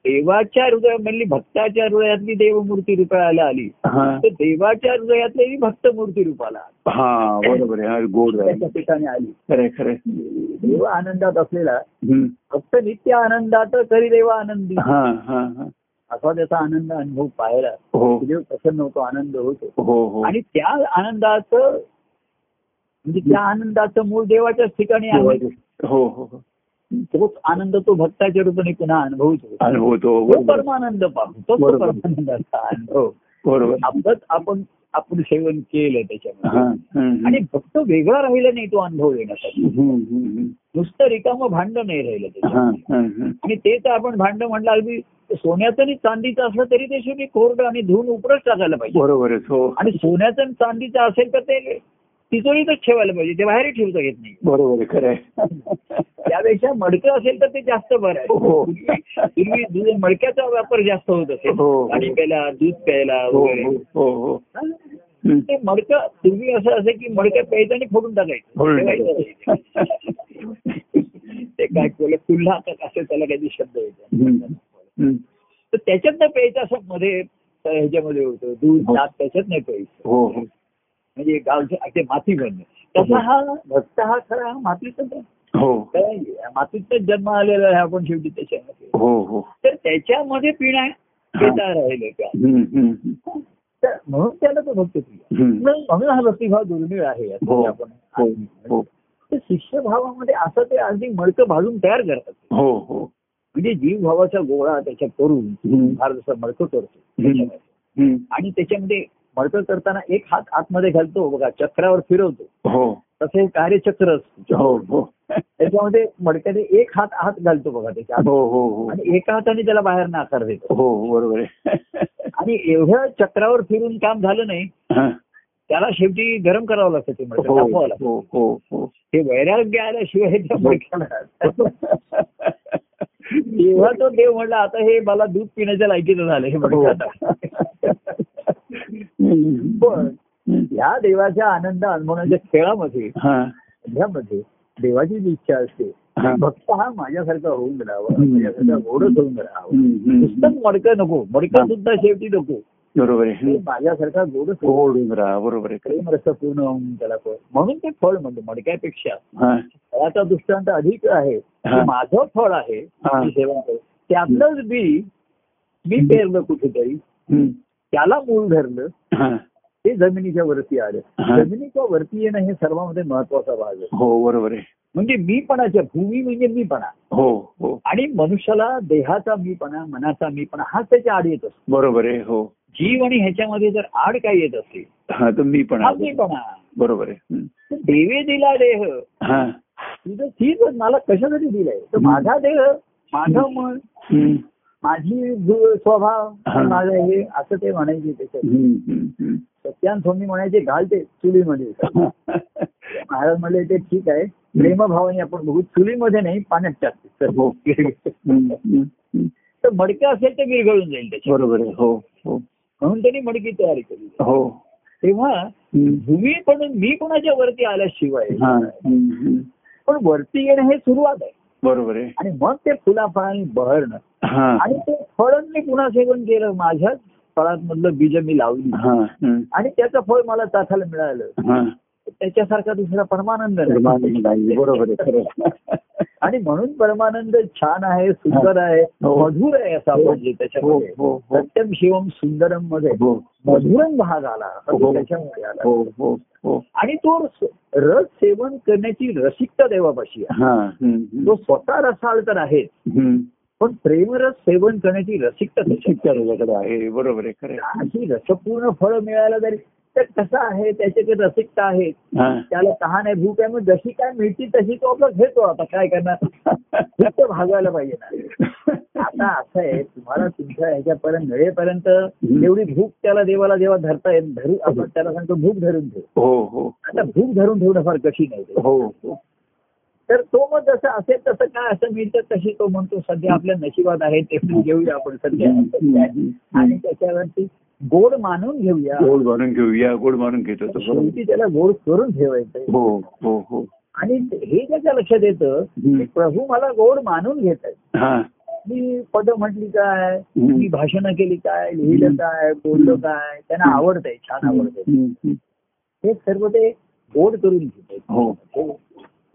A: देवाच्या हृदयामधली भक्ताच्या हृदयातली देवमूर्ती रूपाला आली
B: हा
A: तर देवाच्या हृदयातली भक्त मूर्ती रूपाला आली.
B: हा बरोबर आहे हा गोड आहे
A: त्याच्या ठिकाणी आली
B: खरं खरं
A: देव आनंदात असलेला
B: हम्म.
A: फक्त नित्य आनंदात करी देवा आनंदी
B: हा हा हा
A: असा त्याचा आनंद अनुभव पाहायला
B: हो
A: देव प्रसन्न होतो आनंद होतो
B: हो हो
A: आणि त्या आनंदाचं म्हणजे त्या आनंदाचं मूळ देवाच्याच ठिकाणी आहे
B: हो हो हो.
A: तोच आनंद तो भक्ताच्या रूपाने पुन्हा अनुभवतो
B: अनुभवतो
A: तो
B: बरोबर
A: परमानंद पाहतो तोच तो
B: बरोबर.
A: परमानंदाचा अनुभव
B: बरोबर
A: आपणच आपण आपण सेवन केलं
B: हा,
A: त्याच्यामध्ये
B: हम्म.
A: आणि फक्त वेगळा राहिला नाही तो अनुभव येण्यासाठी
B: हम्म, हम्म, हम्म.
A: नुसतं रिकामं भांड नाही राहिलं
B: हा,
A: त्याच्यामध्ये
B: हा, हा.
A: आणि ते तर आपण भांड म्हणलं अगदी सोन्याचं आणि चांदीचं असलं तरी ते शेवटी कोरडं आणि धुवून उपरच टाकायला पाहिजे
B: बरोबरच हो
A: आणि सोन्याचं आणि चांदीचं असेल तर ते तिजोरीतच ठेवायला पाहिजे ते बाहेरही ठेवता येत नाही
B: बरोबर आहे खरं आहे.
A: त्यापेक्षा मडकं असेल तर ते जास्त बरं आहे
B: हो.
A: पूर्वी- पूर्वी दूध मडक्याचा वापर जास्त होत असेल
B: हो, हो.
A: पाणी प्यायला दूध प्यायला
B: हो
A: वगैरे
B: हो हो हो. हम्म.
A: ते मडकं पूर्वी असं असे की मडकं प्यायचं आणि फोडून टाकायचं
B: फोडून
A: ठेवायचं नाही. ते काय केलं कुल्हा का असं त्याला काहीतरी शब्द
B: हम्म.
A: येतो
B: हम्म.
A: तर त्याच्यात नाही प्यायचं असं मध्ये तर ह्याच्यामध्ये होतं दूध
B: हो.
A: ताक त्याच्यात नाही प्यायचं
B: हो हो
A: म्हणजे गावचे ते माती बनणे तसा हा भक्त हा खरा हा मातीचाच आहे.
B: हो
A: तर मातीतच जन्म आलेला आहे आपण शेवटी त्याच्यामध्ये
B: हो हो
A: तर त्याच्यामध्ये पिणं पिता राहिलं का
B: हम्म, हम्म, हम्म.
A: तर म्हणून त्याला तो भक्त प्रिय
B: हम्म.
A: म्हणून म्हणून हा भक्तिभाव दुर्मिळ आहे असं
B: हो
A: जे
B: हो
A: आपण
B: हो
A: तर शिष्यभावामध्ये असं ते अगदी मडकं भाजून तयार करतात
B: हो हो
A: म्हणजे जीवभावाचा गोळा त्याच्यात करून
B: हम्म.
A: फार जसं मडकं करतो
B: हम्म. हम्म.
A: आणि त्याच्यामध्ये मडकं करताना एक हात आतमध्ये घालतो बघा चक्रावर फिरवतो
B: हो
A: तसं हे कार्यचक्र असतं
B: हो हो
A: त्याच्यामध्ये मडक्याने एक हात आत घालतो बघा त्याच्या आत.
B: हो हो हो
A: आणि एका हाताने त्याला बाहेर आकार देतो
B: हो बरोबर आहे
A: आणि एवढ्या चक्रावर फिरून काम झालं नाही
B: हा.
A: त्याला शेवटी गरम करावं लागतं ते मडकं
B: हो
A: तापवावं लागतं
B: हो हो हो
A: हे वैराग्य आल्याशिवाय त्या
B: हो.
A: मडक्याला तेव्हा तो देव म्हणला आता हे मला दूध पिण्याच्या लायकीचं झालं हे मडकं आता पण
B: हम्म.
A: या देवाच्या आनंद अनुभवण्याच्या खेळामध्ये
B: हा.
A: मध्ये देवाची जी इच्छा असते
B: हा.
A: भक्त हा माझ्यासारखा होऊन राहावा
B: हम्म.
A: माझ्यासारखा गोडच होऊन राहावा
B: हम्म, हम्म.
A: नुसतं मडकं नको मडकं सुद्धा शेवटी नको
B: बरोबर आहे
A: ते
B: हम्म.
A: माझ्यासारखा गोडच
B: हो
A: होऊन
B: डुंगरा बरोबर आहे
A: प्रेम रस पूर्ण होऊन त्याला फळ म्हणून ते फळ म्हणतो मडक्यापेक्षा
B: हा.
A: फळाचा दृष्टांत अधिक आहे
B: हा.
A: की माझं फळ आहे
B: हा.
A: मी सेवा करतो. त्यातलंच बी मी पेरलं कुठेतरी
B: हम्म.
A: त्याला मूळ धरलं
B: हा.
A: ते जमिनीच्या वरती
B: हा.
A: आलं जमिनीच्या वरती येणं हे सर्वांमध्ये महत्वाचा भाग आहे
B: हो बरोबर आहे
A: म्हणजे मीपणाच्या भूमी म्हणजे मीपणा
B: हो हो
A: आणि मनुष्याला देहाचा मीपणा मनाचा मीपणा हा त्याच्या आड येत असतो
B: बरोबर आहे हो
A: जीव आणि ह्याच्यामध्ये जर आड काय येत असेल
B: हा तर मी पण
A: हा
B: आलो.
A: मीपणा
B: बरोबर आहे हम्म.
A: तर देवे दिला देह
B: हा
A: तुझं ठीक मला कशासाठी दिलंय तर
B: हम्म.
A: माझा देह माझं मन
B: हम्म.
A: माझी जो स्वभाव
B: हा.
A: माझा हे असं ते म्हणायचे त्याच्यात
B: हम्म, हम्म,
A: सत्यान स्वामी म्हणायचे घालते चुलीमध्ये
B: हम्म.
A: महाराज म्हणले ते ठीक आहे प्रेमभावाने आपण बघू चुलीमध्ये नाही पाण्यात
B: हो.
A: टाकते
B: हम्म, हम्म, हम्म.
A: तर मडकं असेल तर विरघळून जाईल त्याच्यात
B: बरोबर आहे हो हो
A: म्हणून त्यांनी मडकी तयारी केली
B: हो
A: तेव्हा
B: हम्म.
A: भूमी पण मी कोणाच्या वरती आल्याशिवाय
B: हा हम्म, हम्म.
A: पण वरती येणं हे सुरुवात आहे
B: बरोबर आहे
A: आणि मग ते फुलाफळांनी बहरणं
B: हा
A: आणि ते फळ मी पुन्हा सेवन केलं माझ्याच फळांमधलं बीज मी लावली
B: हा हम्म.
A: आणि त्याचं फळ मला चाखायला मिळालं
B: हा
A: त्याच्यासारखा दुसरा परमानंद नाही.
B: प्रेमाने नाही. बरोबर आहे खरं
A: आणि म्हणून परमानंद छान आहे सुंदर आहे
B: हो.
A: मधुर आहे असं आपण जे
B: हो
A: त्याच्यामध्ये
B: हो हो
A: सत्यम शिवम सुंदरम मध्ये
B: हो
A: मधुरम भाग आला
B: हो.
A: त्याच्यामध्ये आला
B: हो हो हो
A: आणि तो रस- रस सेवन करण्याची रसिकता देवापाशी आहे
B: हा हम्म, हम्म.
A: जो स्वतः रसाळ तर आहे
B: हम्म.
A: पण प्रेमरस सेवन करण्याची रसिकता त्याच्यात
B: ठीक त्याच्याकडे आहे बरोबर आहे खरं आहे.
A: आहे. अशी रसपूर्ण फळ मिळायला तरी तर कसं आहे त्याच्याकडे रसिकता आहे
B: हा
A: त्याला तहान आहे भूक आहे मग जशी काय मिळती तशी तो आपला घेतो आता काय करणार फक्त भागवायला पाहिजे ना आता असं आहे तुम्हाला तुमच्या ह्याच्यापर्यंत मिळेपर्यंत एवढी भूक त्याला देवाला जेव्हा धरता येत धरू आपण त्याला सांगतो भूक धरून ठेव
B: हो हो
A: आता भूक धरून ठेवणं फार कठीण आहे
B: हो हो
A: तर तो मग जसं असेल तसं काय असं मिळतं तशी तो म्हणतो सध्या आपल्या नशिबात आहे ते पण घेऊया आपण सध्या आणि त्याच्यावरती गोड मानून घेऊया
B: गोड मारून घेऊया गोड मारून घेतो तो बरोबर
A: शेवटी त्याला गोड करून ठेवायचं
B: हो हो हो
A: आणि हे त्याच्या लक्षात येतं
B: हम्म.
A: की प्रभू मला गोड मानून घेत आहे
B: हा
A: मी पद म्हटली काय
B: हम्म.
A: मी भाषणं केली काय लिहिलं काय बोललो काय त्यांना आवडतंय छान आवडतंय
B: हम्म, हम्म.
A: हे सर्व ते गोड करून घेते
B: हो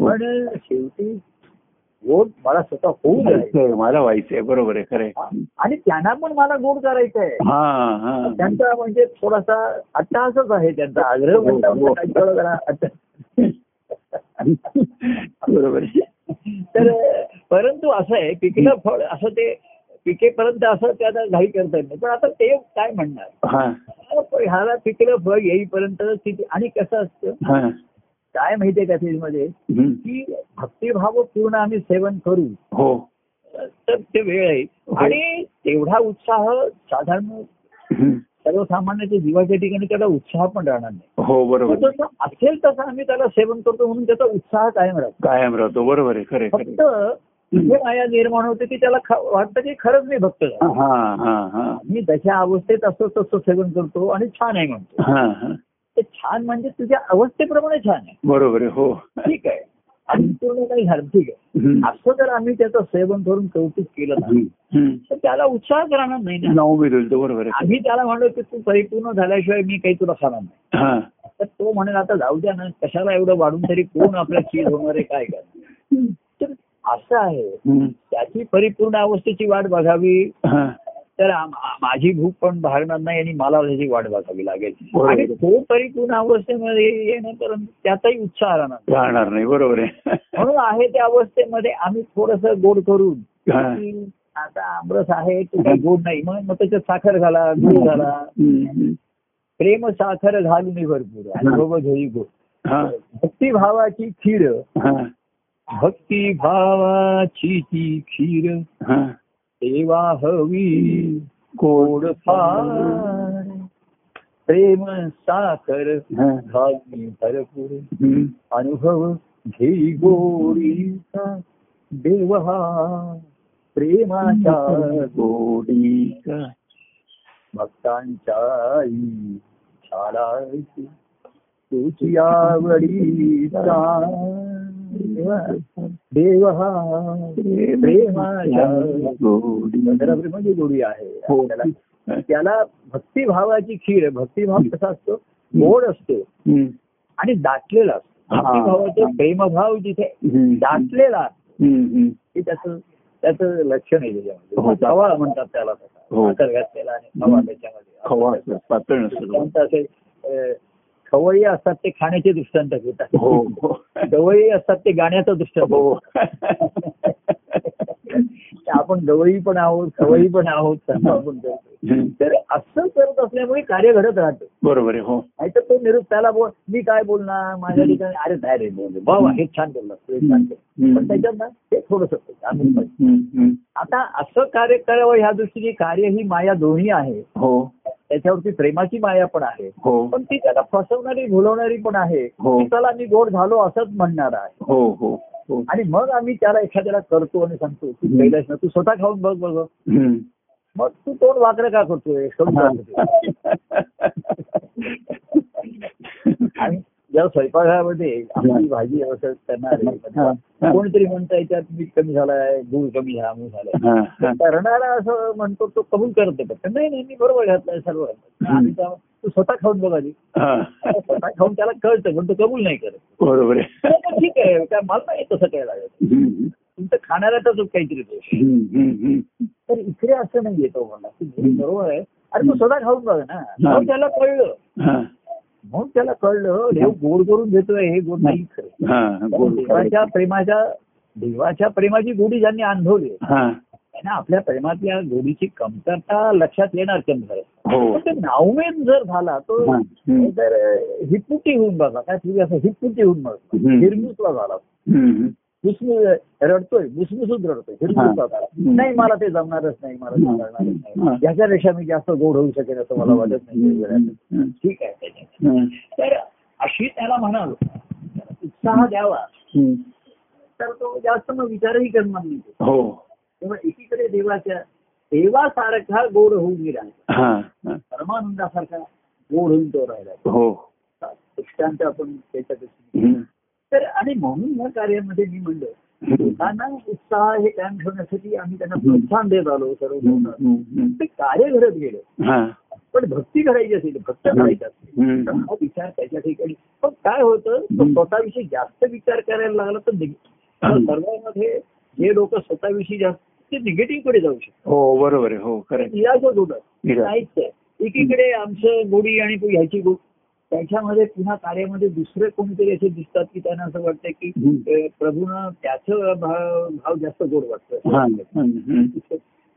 A: पण शेवटी गोड मला स्वतः
B: हो,
A: होऊ द्यायचं
B: व्हायचंय, मला व्हायचंय बरोबर आहे खरं आहे.
A: आणि त्यांना पण मला गोड करायचंय
B: हा हा
A: त्यांचा म्हणजे थोडासा अट्टहासच आहे त्यांचा आग्रह म्हणता
B: हो.
A: काही थोडा जरा अट्ट-
B: बरोबर आहे.
A: तर परंतु असं आहे पिकलं फळ असं ते पिकेपर्यंत असं त्याला घाई करता येत नाही पण आता ते काय म्हणणार
B: हा
A: पण ह्याला पिकलं फळ येईपर्यंत किती आणि कसं असतं
B: हा
A: काय माहितीये का त्याच्यामध्ये
B: हम्म.
A: की भक्तिभाव पूर्ण आम्ही सेवन करू
B: हो
A: तर ते वेळ आहे आणि तेवढा उत्साह साधारण
B: हम्म.
A: सर्वसामान्याच्या जीवाच्या ठिकाणी त्याला उत्साह पण राहणार नाही
B: हो
A: पण
B: बरोबर आहे.
A: जसं असेल तसं आम्ही त्याला सेवन करतो म्हणून त्याचा उत्साह कायम राहतो
B: कायम राहतो बरोबर आहे खरे खरे
A: फक्त तिथे माया निर्माण होते की त्याला ख- वाटतं की खरंच मी भक्त झालो.
B: हा हा हा
A: मी जशा अवस्थेत असतो तसं सेवन करतो आणि छान आहे म्हणतो
B: हा हा
A: ते छान म्हणजे तुझ्या अवस्थेप्रमाणे छान आहे
B: बरोबर आहे हो
A: ठीक आहे अंतुर्ण काही हरफिक आहे
B: हम्म.
A: असं जर आम्ही त्याचं सेवन करून कौतुक केलं ना
B: हम्म. हम्म.
A: तर त्याला उत्साहच राहणार नाही ना
B: नाव बदलतं बरोबर आहे
A: आम्ही त्याला म्हणलो की तू परिपूर्ण झाल्याशिवाय मी काही तुला खाणार नाही
B: हा
A: तर तो म्हणेल आता जाऊ द्या ना कशाला एवढं वाढून तरी कोण आपल्या चीज होणार आहे काय करणार तर असं आहे
B: हम्म.
A: त्याची परिपूर्ण अवस्थेची वाट बघावी
B: हा.
A: तर आम- आ- माझी भूक पण भागणार नाही आणि मला त्याची वाट बघावी लागेल
B: बरोबर.
A: आणि तो परिपूर्ण अवस्थेमध्ये येण्यानंतर त्याचाही उत्साह राहणार नाही.
B: राहणार नाही बरोबर आहे
A: म्हणून आहे त्या अवस्थेमध्ये आम्ही थोडस गोड करून
B: हा.
A: की आता आमरस आहे तो काही गोड नाही मग मग त्याच्यात साखर घाला गूळ
B: हम्म.
A: घाला
B: हम्म.
A: प्रेम साखर घालून भरपूर आणि बघ घेई गोड
B: हा.
A: भक्तिभावाची खीर
B: हा.
A: भक्तिभावाची ती खीर
B: हा.
A: सेवा हवी गोड फार प्रेम साखर
B: हा.
A: घालून भरपूर
B: हम्म.
A: अनुभव घेई गोडीचा देव हा प्रेमाच्या
B: गोडीचा.
A: भक्तांच्या छाडायची तुझी आवडीचा देव हा प्रेमाच्या
B: गोडीचा.
A: चंद्रप्रेम जी गोडी आहे
B: हो.
A: त्याला त्याला भक्तिभावाची खीर भक्तिभाव कसा असतो गोड असतो
B: हम्म.
A: आणि दाटलेला असतो
B: हा.
A: भक्तिभावाचा प्रेमभाव जिथे
B: हम्म.
A: दाटलेला
B: हम्म. हम्म.
A: हे त्याचं त्याचं लक्षण आहे
B: हो.
A: त्याच्यामध्ये खवा म्हणतात त्याला
B: हो.
A: तसा साखर घातलेला आणि खवा
B: हम्म. खवा
A: त्याच्यामध्ये
B: असं पातळ नसतं
A: दृष्टांत असे अ, खवळी असतात ते खाण्याचे दृष्टांत घेतात
B: हो हो
A: गवळी असतात ते गाण्याचं दृष्टांत
B: हो
A: घेतात. आपण गवळी पण आहोत खवळी पण आहोत सर्व आपण करतो.
B: हम्म.
A: तर असं करत असल्यामुळे कार्य घडत राहतं
B: बरोबर आहे हो
A: नाहीतर तो निरुप त्याला बोल मी काय बोलणार माझ्या ठिकाणी अरे नाही रे बोल वा वा, हे छान बोलला हे छान बोलला. पण
B: हम्म.
A: त्याच्यात ना ते थोडस
B: हम्म. हम्म. हम्म.
A: आता असं कार्य करावं ह्या दृष्टीने कार्य ही माया दोन्ही आहे
B: हो
A: त्याच्यावरती प्रेमाची माया पण आहे
B: हो
A: पण ती त्याला फसवणारी भुलवणारी पण आहे
B: हो.
A: की त्याला मी गोड झालो असंच म्हणणार आहे
B: हो हो हो
A: आणि मग आम्ही त्याला एखाद्याला करतो आणि सांगतो तू
B: हम्म.
A: कैलास ना तू स्वतः खाऊन बघ बघ
B: हम्म.
A: मग तू तोंड वाकडं का करतोय खाऊन
B: हा.
A: का करतोय? आणि ज्या स्वयंपाकामध्ये आपली भाजी असं करणार
B: हा.
A: आहे कोणतरी म्हणता याच्यात मीठ कमी झालाय गूळ कमी झाला मूळ झालाय
B: हा, हा.
A: करणारा असं म्हणतो तो कबूल करतो पटकन नाही नाही मी बरोबर घातलाय सर्व आणि त्या- तू स्वतः खाऊन बघा आधी
B: हा.
A: स्वतः खाऊन त्याला कळतं पण तो कबूल नाही करत
B: बरोबर आहे
A: तर ठीक आहे काय मला नाही तसं काय लागत
B: हम्म.
A: तुमचं खाणारा तसंच काहीतरी दोष आहे.
B: हम्म. हम्म.
A: तर इकडे असं नाही येतो मला की हे बरोबर आहे अरे तू स्वतः खाऊन बघ ना
B: हा.
A: मग त्याला कळलं
B: हा.
A: म्हणून त्याला कळलं हे गोड करून घेतोय हे गोड नाही खरं
B: हा.
A: कारण
B: गोड
A: देवाच्या प्रेमाच्या देवाच्या प्रेमाची गोडी ज्यांनी अनुभवली आहे,
B: हा.
A: त्यांना आपल्या प्रेमातल्या गोडीची कमतरता लक्षात येणार कमतर
B: हो
A: पण नावमेन जर झाला तो
B: हा. हम्म.
A: तर हिपुटी होऊन बघा काय तुम्ही असं हिपुटी होऊन बघा
B: हम्म.
A: हिरमुसला झाला
B: हम्म.
A: भुसमुस रडतोय भुसमुसून रडतोय हिरमुसला झाला
B: हम्म.
A: नाही मला ते जमणारच नाही मला ते
B: हम्म.
A: करणारच
B: हा.
A: नाही याच्यापेक्षा मी जास्त गोड होऊ शकेन असं मला वाटत नाही
B: हम्म.
A: ठीक आहे त्याच्यात.
B: हम्म.
A: तर अशी त्याला म्हणाल उत्साह द्यावा
B: हम्म.
A: तर तो जास्त मग विचारही करणार नाही
B: हो
A: तेव्हा एकीकडे देवाच्या देवासारखा गोड होऊन गेला
B: हा हा.
A: परमानंदासारखा गोड होऊन तो राहिला
B: हो
A: दृष्टांत आपण त्याच्यापेक्षा
B: हम्म.
A: तर आणि म्हणून या कार्यामध्ये मी म्हणलं
B: हम्म.
A: लोकांना उत्साह हे कायम ठेवण्यासाठी आम्ही त्यांना प्रोत्साहन देत आलो सर्व
B: हम्म.
A: लोकांना.
B: हम्म.
A: ते कार्य घडत गेलं
B: हा.
A: पण भक्ती करायची असेल भक्त करायची असेल तर
B: हम्म.
A: हा विचार त्याच्या ठिकाणी पण काय होतं तो स्वतःविषयी जास्त विचार करायला लागला तर निग- तर सर्वांमध्ये जे लोक स्वतःविषयी जास्त ते निगेटिव्ह कडे जाऊ शकतात
B: हो बरोबर आहे हो खरं आहे.
A: निराशच होतात
B: निराश.
A: नाहीच आहे एकीकडे आमचं गोडी आणि तो ह्याची गोड त्याच्यामध्ये पुन्हा कार्यामध्ये दुसरे कोणीतरी असे दिसतात की त्यांना असं वाटतं की
B: हम्म.
A: अं, प्रभूनं त्याचं भाव भाव जास्त गोड
B: हा.
A: वाटतं
B: हम्म. हम्म.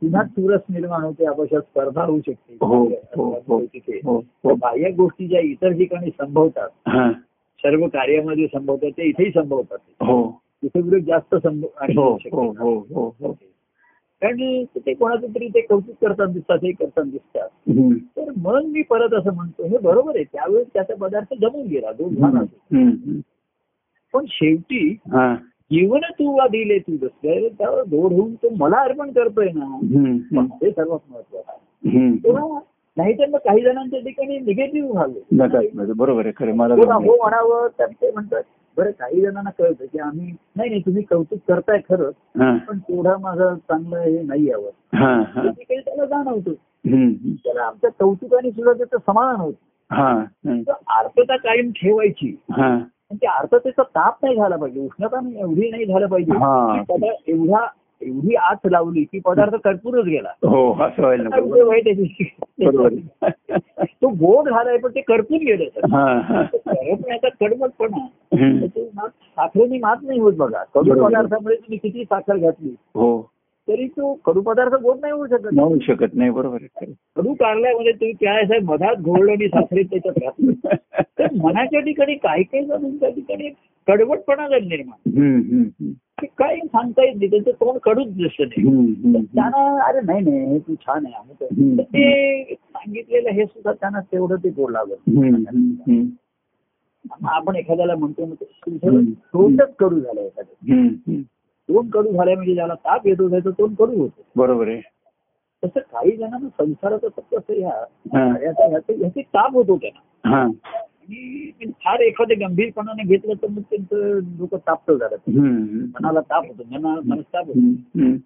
A: पुन्हा चुरस निर्माण होते अवश्यात स्पर्धा होऊ
B: हो हो हो
A: शकते तिथे
B: हो
A: तर
B: हो
A: बाह्य गोष्टी ज्या इतर ठिकाणी संभवतात
B: हा.
A: सर्व कार्यामध्ये संभवतात ते इथेही संभवतात
B: हो
A: तिथे विरुद्ध जास्त संभव आणि
B: हो
A: होऊ
B: हो
A: शकते.
B: हो हो हो
A: कारण ते कोणाचं तरी ते कौतुक करताना दिसतात हे करताना दिसतात
B: हम्म.
A: तर मग मी परत असं म्हणतो हे बरोबर आहे त्यावेळेस त्याचा पदार्थ जमून गेला दोन झाला
B: हम्म. हम्म.
A: पण शेवटी
B: हा.
A: जीवन तू वा दिले तू जसं त्यावर दोड होऊन तो मला अर्पण करतोय ना
B: हम्म.
A: हे सर्वात महत्वाचं आहे
B: हम्म.
A: तेव्हा नाही तर मग काही जणांच्या ठिकाणी निगेटिव्ह व्हावे
B: नकारात्मक बरोबर आहे खरं मला
A: कोणा हो
B: जाणवलं.
A: म्हणावं तर ते म्हणतात बरं काही जणांना कळतं की आम्ही नाही नाही तुम्ही कौतुक करताय खरं
B: हा,
A: पण तेवढा माझा चांगलं हे नाही यावं
B: हा, हा.
A: ते काही त्याला जाणवतो
B: हम्म, हम्म.
A: त्याला आमच्या कौतुकाने सुद्धा त्याचं समाधान होतं
B: हा, हम्म.
A: तर आर्तता कायम ठेवायची
B: हा,
A: आणि त्या आर्ततेचा ताप नाही झाला पाहिजे उष्णता नाही- एवढी नाही झाला पाहिजे
B: हा.
A: की त्याला एवढा एवढी आत लावली की पदार्थ कर्पूरच गेला
B: हो असं व्हायला
A: काय
B: नको.
A: उपयोग आहे त्याची
B: बरोबर आहे.
A: तो गोड झालाय पण ते कर्पून गेले
B: हा, हा.
A: करपण्याचा कडमटपणा
B: हम्म.
A: त्याची मात- साखरेने मात नाही होत बघा कडू
B: बरोबर.
A: पदार्थामध्ये तुम्ही किती साखर घातली
B: हो
A: तरी तो कडू पदार्थ गोड नाही होऊ शकत
B: नाही शकत नाही बरोबर आहे खरं.
A: कडू कारल्यामध्ये तुम्ही प्यायसाहेब मधात घोळलं आणि साखरेत त्याच्यात घातलं तर मनाच्या ठिकाणी काही काही जणांच्या ठिकाणी कडवटपणा झाला निर्माण
B: हम्म, हम्म, हम्म.
A: ते काही सांगता येत नाही त्यांचं तोंड कडूच दिसत नाही
B: हम्म,
A: तर
B: हम्म, हम्म.
A: त्यांना अरे नाही नाही हे तू छान आहे अमुक आहे.
B: हम्म.
A: तर ते सांगितलेलं हे सुद्धा त्यांना तेवढं ते गोड लागलं
B: हम्म, हम्म, हम्म.
A: मग आपण एखाद्याला म्हणतो मग ते
B: हम्म.
A: तोंडच कडू झालं एखादं
B: हम्म, हम्म.
A: तोंड कडू झालंय म्हणजे ज्याला ताप येतो त्याचं तोंड कडू होतं
B: बरोबर आहे
A: तसं काही जणांना संसाराचं फक्त असं ह्या
B: हा.
A: कार्याचा ह्याचं- ह्याचे ताप होतो त्यांना
B: हा
A: आणि ते फार एखाद्या गंभीरपणाने घेतलं तर मग त्यांचं डोकं तापत झालं
B: हम्म, हम्म.
A: मनाला ताप होतो मना मनस्ताप होतो
B: हम्म, हम्म.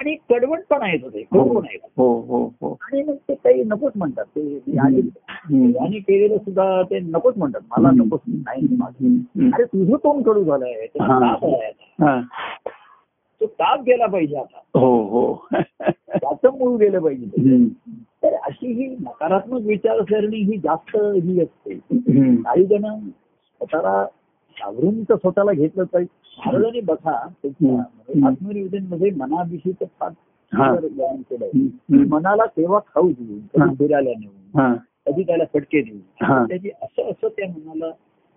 A: आणि कडवटपणा येतो ते
B: हो
A: कडवण येतो
B: हो हो हो
A: आणि मग ते काही नकोच म्हणतात ते आणि
B: हम्म.
A: आणि केलेलं सुद्धा ते नकोच म्हणतात मला
B: हम्म.
A: नकोच नाही माझं.
B: हम्म, हम्म.
A: अरे तुझं तोंड कडू झालंय
B: हा.
A: त्याचा ताप आलाय
B: हा.
A: तो ताप गेला पाहिजे आता
B: हो हो
A: त्याचं मूळ गेलं पाहिजे
B: हम्म.
A: तर अशी ही नकारात्मक विचारसरणी ही जास्त ही असते
B: हम्म.
A: काही जण स्वतःला सावरून तर स्वतःला घेतलं पाहिजे महाराजांनी बघा
B: हम्म.
A: आत्मनिवेदन मध्ये मनाविषयी तर फार
B: हा.
A: सुंदर ज्ञान केलंय
B: हम्म, हम्म.
A: मनाला तेव्हा खाऊ देऊन
B: हा.
A: कधी फिरायला नेऊन
B: हा.
A: कधी त्याला फटके
B: हा.
A: देऊन त्याची असं असं त्या मनाला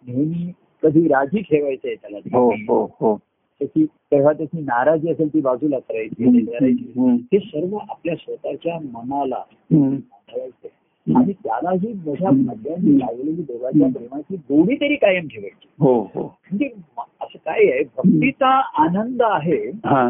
A: नेहमी कधी राजी ठेवायचंय
B: हो
A: त्याला
B: हो हो
A: त्याची तेव्हा त्याची नाराजी असेल ती बाजूला करायची
B: हम्म,
A: हे करायची.
B: हम्म.
A: हे सर्व आपल्या स्वतःच्या मनाला
B: हम्म.
A: ठेवायचंय. आणि त्यालाही मोठ्या भाग्याने लागलेली देवाच्या प्रेमाची गोडी तरी कायम ठेवायची
B: हो हो
A: म्हणजे म- असं काय आहे भक्तीचा आनंद आहे
B: हा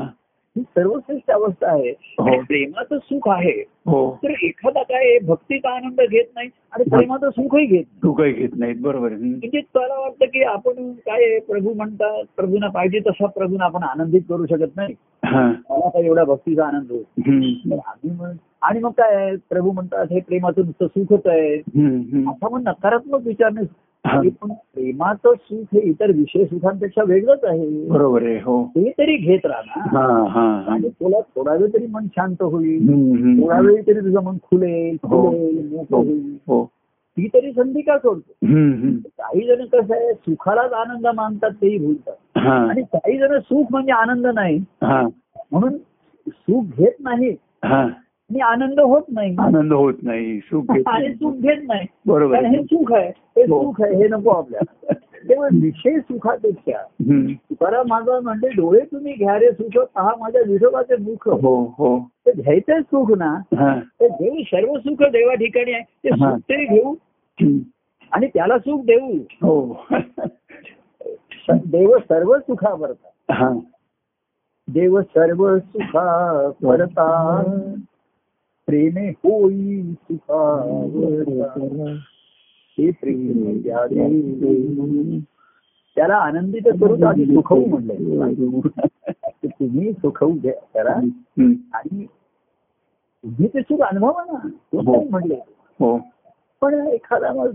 A: ही सर्वश्रेष्ठ अवस्था आहे
B: हो.
A: आणि प्रेमाचं सुख आहे
B: हो
A: तर एखादा काय आहे, भक्तीचा आनंद घेत नाही आणि
B: हा.
A: प्रेमाचं सुखही घेत नाही
B: तू काही घेत नाहीत बरोबर आहे. हम्म.
A: म्हणजे त्याला वाटतं की आपण काय आहे, प्रभू म्हणतात प्रभूना पाहिजे तसा प्रभूना आपण आनंदित करू शकत नाही
B: हा.
A: मला काय एवढा भक्तीचा आनंद होतो तर
B: हम्म.
A: आम्ही मग- आणि मग काय आहे, प्रभू म्हणतात हे प्रेमाचं नुसतं सुखच आहे
B: हम्म, हम्म.
A: आता मग नकारात्मक विचार नाही
B: हा.
A: तरी पण प्रेमाचं सुख हे इतर विषय सुखांपेक्षा वेगळंच आहे
B: बरोबर आहे हो
A: ते तरी घेत राहणार
B: हा हा हा.
A: आणि तुला थोडा वेळ तरी मन शांत होईल
B: हम्म, हम्म.
A: थोडा वेळ तरी तुझं मन खुलेल
B: हो.
A: खुलेल मोकळं
B: हो
A: होईल
B: हो
A: ती तरी संधी का सोडतो
B: हम्म, हम्म.
A: काही जण कसं आहे सुखालाच आनंद मानतात तेही भूलतात
B: हा
A: आणि काही जण सुख म्हणजे आनंद नाही
B: हा
A: म्हणून सुख घेत नाही
B: हा
A: आणि आनंद होत नाही
B: आनंद होत नाही सुख घेत
A: आणि
B: नाही.
A: सुख घेत नाही
B: बरोबर
A: कारण
B: आहे.
A: हे सुख आहे हे
B: हो.
A: सुख आहे हे नको आपल्याला तेव्हा विषय सुखापेक्षा
B: हम्म.
A: तुकाराम माझा म्हणजे डोळे तुम्ही घ्या रे सुख पहा माझ्या विठोबाचे मुख
B: हो हो
A: ते घ्यायचंच सुख ना
B: हा
A: ते देऊ सर्व सुख देवा ठिकाणी आहे ते
B: हा.
A: सुख तरी घेऊ
B: हम्म.
A: आणि त्याला सुख देऊ
B: हो
A: स- देव सर्व सुखा परता
B: हा
A: देव सर्व सुखा परता प्रेमे होई सुखा हे प्रेम द्या देव. त्याला आनंदित स्वरूप आधी सुखवू म्हणलंय तर तुम्ही सुखवू द्या करा
B: हम्म.
A: आणि तुम्ही ते सुख अनुभवा ना
B: हो.
A: म्हणले
B: हो
A: पण एखादा मग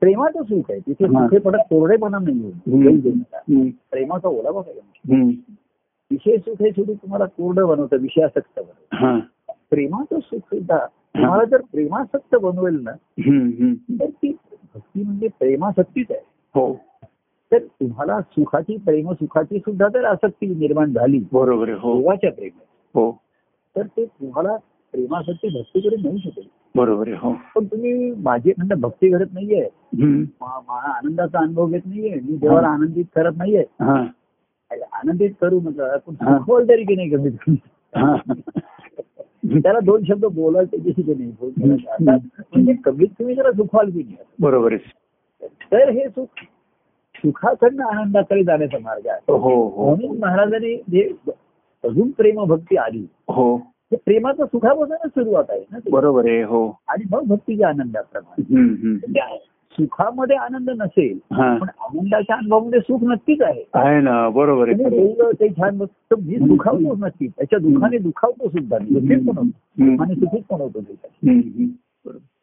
A: प्रेमाचं सुख आहे तिथे
B: हा.
A: सुखेपणा कोरडेपणा नाही
B: हम्म.
A: आहे.
B: हम्म.
A: प्रेमाचा ओलावा काय
B: हम्म.
A: विषय सुख हे सुद्धा तुम्हाला कोरडं बनवतं विषयासक्त बनवतं
B: हा
A: प्रेमाचं सुख सुद्धा तुम्हाला जर प्रेमासक्त बनवेल ना
B: हम्म. हम्म.
A: तर ती भक्ती म्हणजे प्रेमासक्तीच आहे
B: हो
A: तर तुम्हाला सुखाची प्रेम सुखाची सुद्धा जर आसक्ती निर्माण झाली
B: बरोबर आहे हो
A: देवाच्या प्रेमात
B: हो
A: तर ते तुम्हाला प्रेमासाठी भक्तीकडे नेऊ शकेल
B: बरोबर आहे हो
A: पण तुम्ही माझी म्हणजे भक्ती घडत नाहीये
B: हम्म.
A: मा- मला आनंदाचा अनुभव घेत नाहीये मी देवाला
B: हा.
A: आनंदित करत नाहीये
B: हा
A: अरे आनंदित करू नका पण
B: हा.
A: सुखवल तरी की नाही कमीत कमी
B: हा
A: त्याला दोन शब्द बोलाल त्याच्याशी की नाही बोलताना
B: हम्म.
A: आता म्हणजे कमीत कमी जरा सुखवाल की नाही
B: बरोबर आहे
A: तर हे सुख सुखाकडनं आनंदाकडे जाण्याचा मार्ग आहे
B: हो हो
A: म्हणून महाराजांनी जे अजून प्रेम भक्ती आली
B: हो
A: हे प्रेमाचं सुखापासूनच सुरुवात आहे ना ती.
B: बरोबर आहे हो
A: आणि मग भक्तीच्या आनंदाप्रमाणे
B: हम्म, हम्म.
A: त्या सुखामध्ये आनंद नसेल
B: हा.
A: पण आनंदाच्या अनुभवामध्ये सुख नक्कीच आहे
B: आहे ना बरोबर
A: आणि
B: आहे
A: बोललं ते छान बोल- तर मी सुखावतो नक्की त्याच्या दुःखाने दुखावतो सुद्धा मी. दुःखीत पण होतो
B: हम्म,
A: आणि सुखीत पण होतो त्याच्या
B: हम्म, हम्म.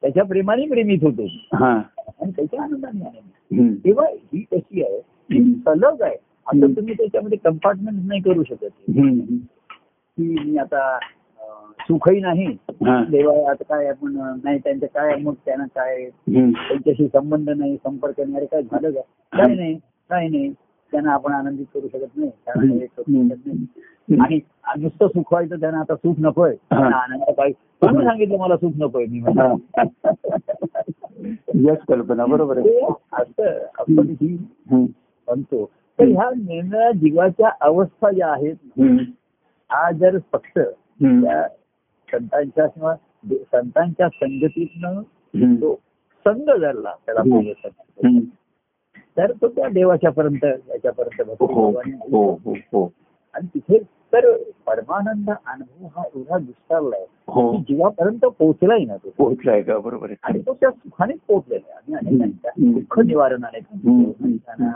A: त्याच्या प्रेमाने प्रेमित होतो
B: हा
A: आणि त्याच्या आनंदाने आनंद
B: हम्म,
A: तेव्हा ही कशी आहे ही सलग आहे आता तुम्ही त्याच्यामध्ये कंपार्टमेंट नाही करू शकत
B: हम्म,
A: की मी आता अं, सुखही नाही
B: हा.
A: देवा आता काय आपण अं, नाही त्यांचं काय मग त्यांना काय
B: हम्म.
A: त्यांच्याशी संबंध नाही संपर्क नाही अरे काय झालं का काय नाही काय नाही त्यांना आपण आनंदित करू शकत नाही त्यांना हे करू शकत नाही आणि नुसतं सुख व्हायचं त्यांना आता सुख नकोय त्यांना आनंद पाहिजे तुम्ही सांगितलं मला सुख नकोय मी म्हणलं.
B: हा. यस कल्पना बरोबर आहे
A: ते असं आपण ही
B: हम्म,
A: म्हणतो तर ह्या निर्णया जीवाच्या अवस्था ज्या आहेत
B: हम्म,
A: हा जर फक्त
B: हम्म,
A: त्या संतांच्या किंवा दे- संतांच्या संगतीतनं
B: हम्म,
A: तो संघ धरला त्याला
B: हम्म.
A: पाहिजे संघ.
B: हम्म.
A: तर तो त्या देवाच्या पर्यंत याच्यापर्यंत भक्ती
B: हो हो
A: देवाने-
B: हो हो हो
A: आणि तिथे तर परमानंद अनुभव हा एवढा विस्तारलाय
B: हो
A: की जीवापर्यंत पोहोचलाय ना तो
B: पोहोचलाय का बरोबर आहे
A: आणि तो त्या सुखाने पोहोचलेला आहे आणि अनेकांच्या
B: हम्म.
A: दुःख निवारणाने
B: हम्म.
A: त्यांना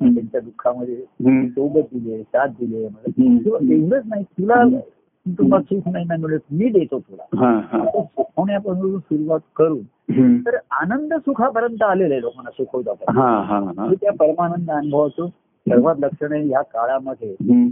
B: हम्म.
A: त्यांच्या दुःखामध्ये
B: हम्म,
A: सोबत दिले साथ दिले मदत दिली.
B: हम्म.
A: किंवा एवढंच नाही तुला तुला सुख नाही ना मिळत मी देतो तुला
B: हा हा
A: आता सुखवण्यापासून सुरुवात करून
B: हम्म.
A: तर आनंद सुखापर्यंत आलेला आहे लोकांना सुखवता
B: हा हा हा
A: हे त्या परमानंद अनुभवाचं सर्वात लक्षण आहे ह्या काळामध्ये
B: हम्म.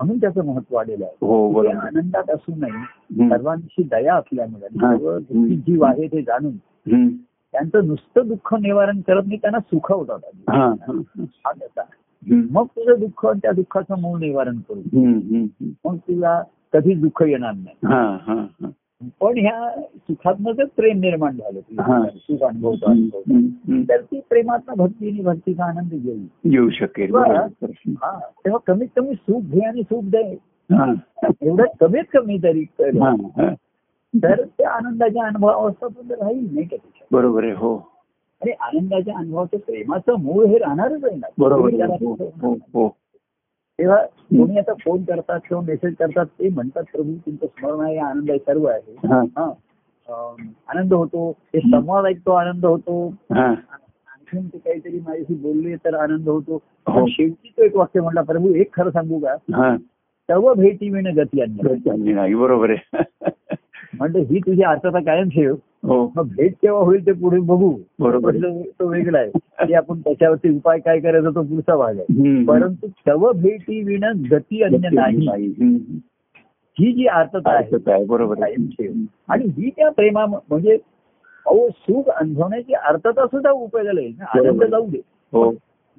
A: म्हणून त्याचं महत्व आलेलं आहे
B: हो
A: ते
B: बरोबर
A: आनंदात असूनही
B: हम्म.
A: सर्वांशी दया असल्यामुळे आणि
B: हा.
A: सर्व दुःखी जीव आहे ते जाणून
B: हम्म.
A: त्यांचं नुसतं दुःख निवारण करत नाही त्यांना सुखवतात
B: हा
A: आधी.
B: हा.
A: हा त्याचा.
B: हम्म.
A: मग तुझं दुःख आणि त्या दुःखाचं मूळ निवारण करू
B: हम्म, हम्म.
A: मग तुला कधी दुःख येणार नाही
B: हा हा हा
A: पण ह्या सुखातनं जर प्रेम निर्माण झालं
B: हा.
A: तुला सुख अनुभवतो
B: हम्म,
A: अनुभवतो
B: हम्म,
A: तर ती प्रेमात्मा भक्ती आणि भक्तीचा आनंद घेईल
B: हम्म. येऊ शकेल बरोबर.
A: हा तेव्हा कमीत कमी सुख घे आणि सुख दे
B: हा
A: एवढं कमीत कमी तरी कर.
B: हा, हा.
A: तर त्या आनंदाच्या अनुभवावस्था पण राहील नाही का त्याच्यात
B: बरोबर आहे हो
A: आणि आनंदाच्या अनुभवाचं प्रेमाचं मूळ हे राहणारच आहे ना
B: बरोबर आहे हो, हो
A: तेव्हा
B: हो
A: कोणी आता फोन करतात किंवा मेसेज करतात ते म्हणतात प्रभू तुमचं स्मरण आहे आनंद आहे सर्व आहे
B: हा
A: हा. अं, आनंद होतो ते संवाद ऐकतो आनंद होतो
B: हा
A: आणखीन ते काहीतरी माझ्याशी बोलले तर आनंद होतो
B: हो.
A: पण शेवटी तो एक वाक्य म्हणला प्रभू एक खरं सांगू का
B: हा
A: सर्व भेटी विण गती आणणार
B: चांगली नाही बरोबर आहे
A: म्हणजे ही तुझी अर्थता कायम ठेव
B: हो
A: मग भेट केव्हा होईल ते पुढे बघू
B: बरोबर आहे.
A: म्हटलं, तो वेगळा आहे ते आपण त्याच्यावरती उपाय काय करायचा तो पुढचा भाग आहे
B: हम्म.
A: परंतु सर्व भेटी विण गती अन्य नाही
B: हम्म.
A: ही जी अर्थता आहे
B: असंच आहे बरोबर आहे
A: कायम ठेव आणि ही त्या प्रेमा म्हणजे अहो सुख अनुभवण्याची अर्थता सुद्धा उपयोगाला येईल ना आनंद
B: बरोबर.
A: जाऊ दे
B: हो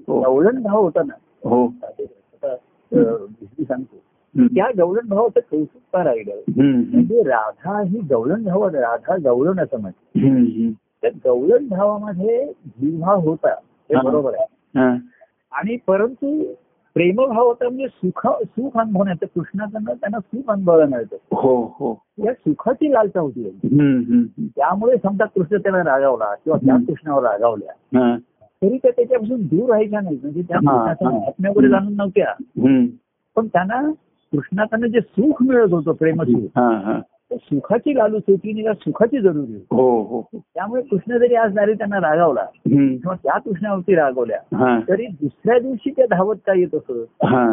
B: हो
A: गवळण भाव होता ना
B: हो
A: आता, अं, मी सांगतो
B: हम्म.
A: त्या गवळण भावाचं कौतुक फार आहे
B: हम्म.
A: म्हणजे राधा ही गवळण भाव राधा गवळण असं म्हणते
B: हम्म. हम्म.
A: तर गवळण भावामध्ये जिव्हा होता
B: हा.
A: हे बरोबर आहे
B: हा.
A: आणि परंतु प्रेमभाव होता म्हणजे सुख सुख अनुभवण्याचं कृष्णाचं ना त्यांना सुख अनुभवायला मिळतं
B: हो हो
A: या सुखाची लालसा होती त्यांची.
B: हम्म. हम्म.
A: त्यामुळे समजा कृष्ण त्याला रागावला किंवा त्या
B: हम्म.
A: कृष्णावर रागावल्या
B: हा.
A: तरी त्या त्याच्यापासून दूर राहायच्या नाही म्हणजे त्या
B: हा,
A: कृष्णाच्या
B: हा.
A: आत्म्या वगैरे जाणून नव्हत्या
B: हम्म.
A: पण त्यांना कृष्णाकडनं जे सुख मिळत होतं प्रेमसुख
B: हा, हा.
A: त्या सुखाची लालूच होती आणि त्या सुखाची जरुरी होती
B: हो हो हो.
A: त्यामुळे कृष्ण जरी आज नारी त्यांना रागावला
B: हम्म.
A: किंवा त्या कृष्णावरती रागवल्या
B: हा.
A: तरी दुसऱ्या दिवशी त्या धावत काय येत असत
B: हा.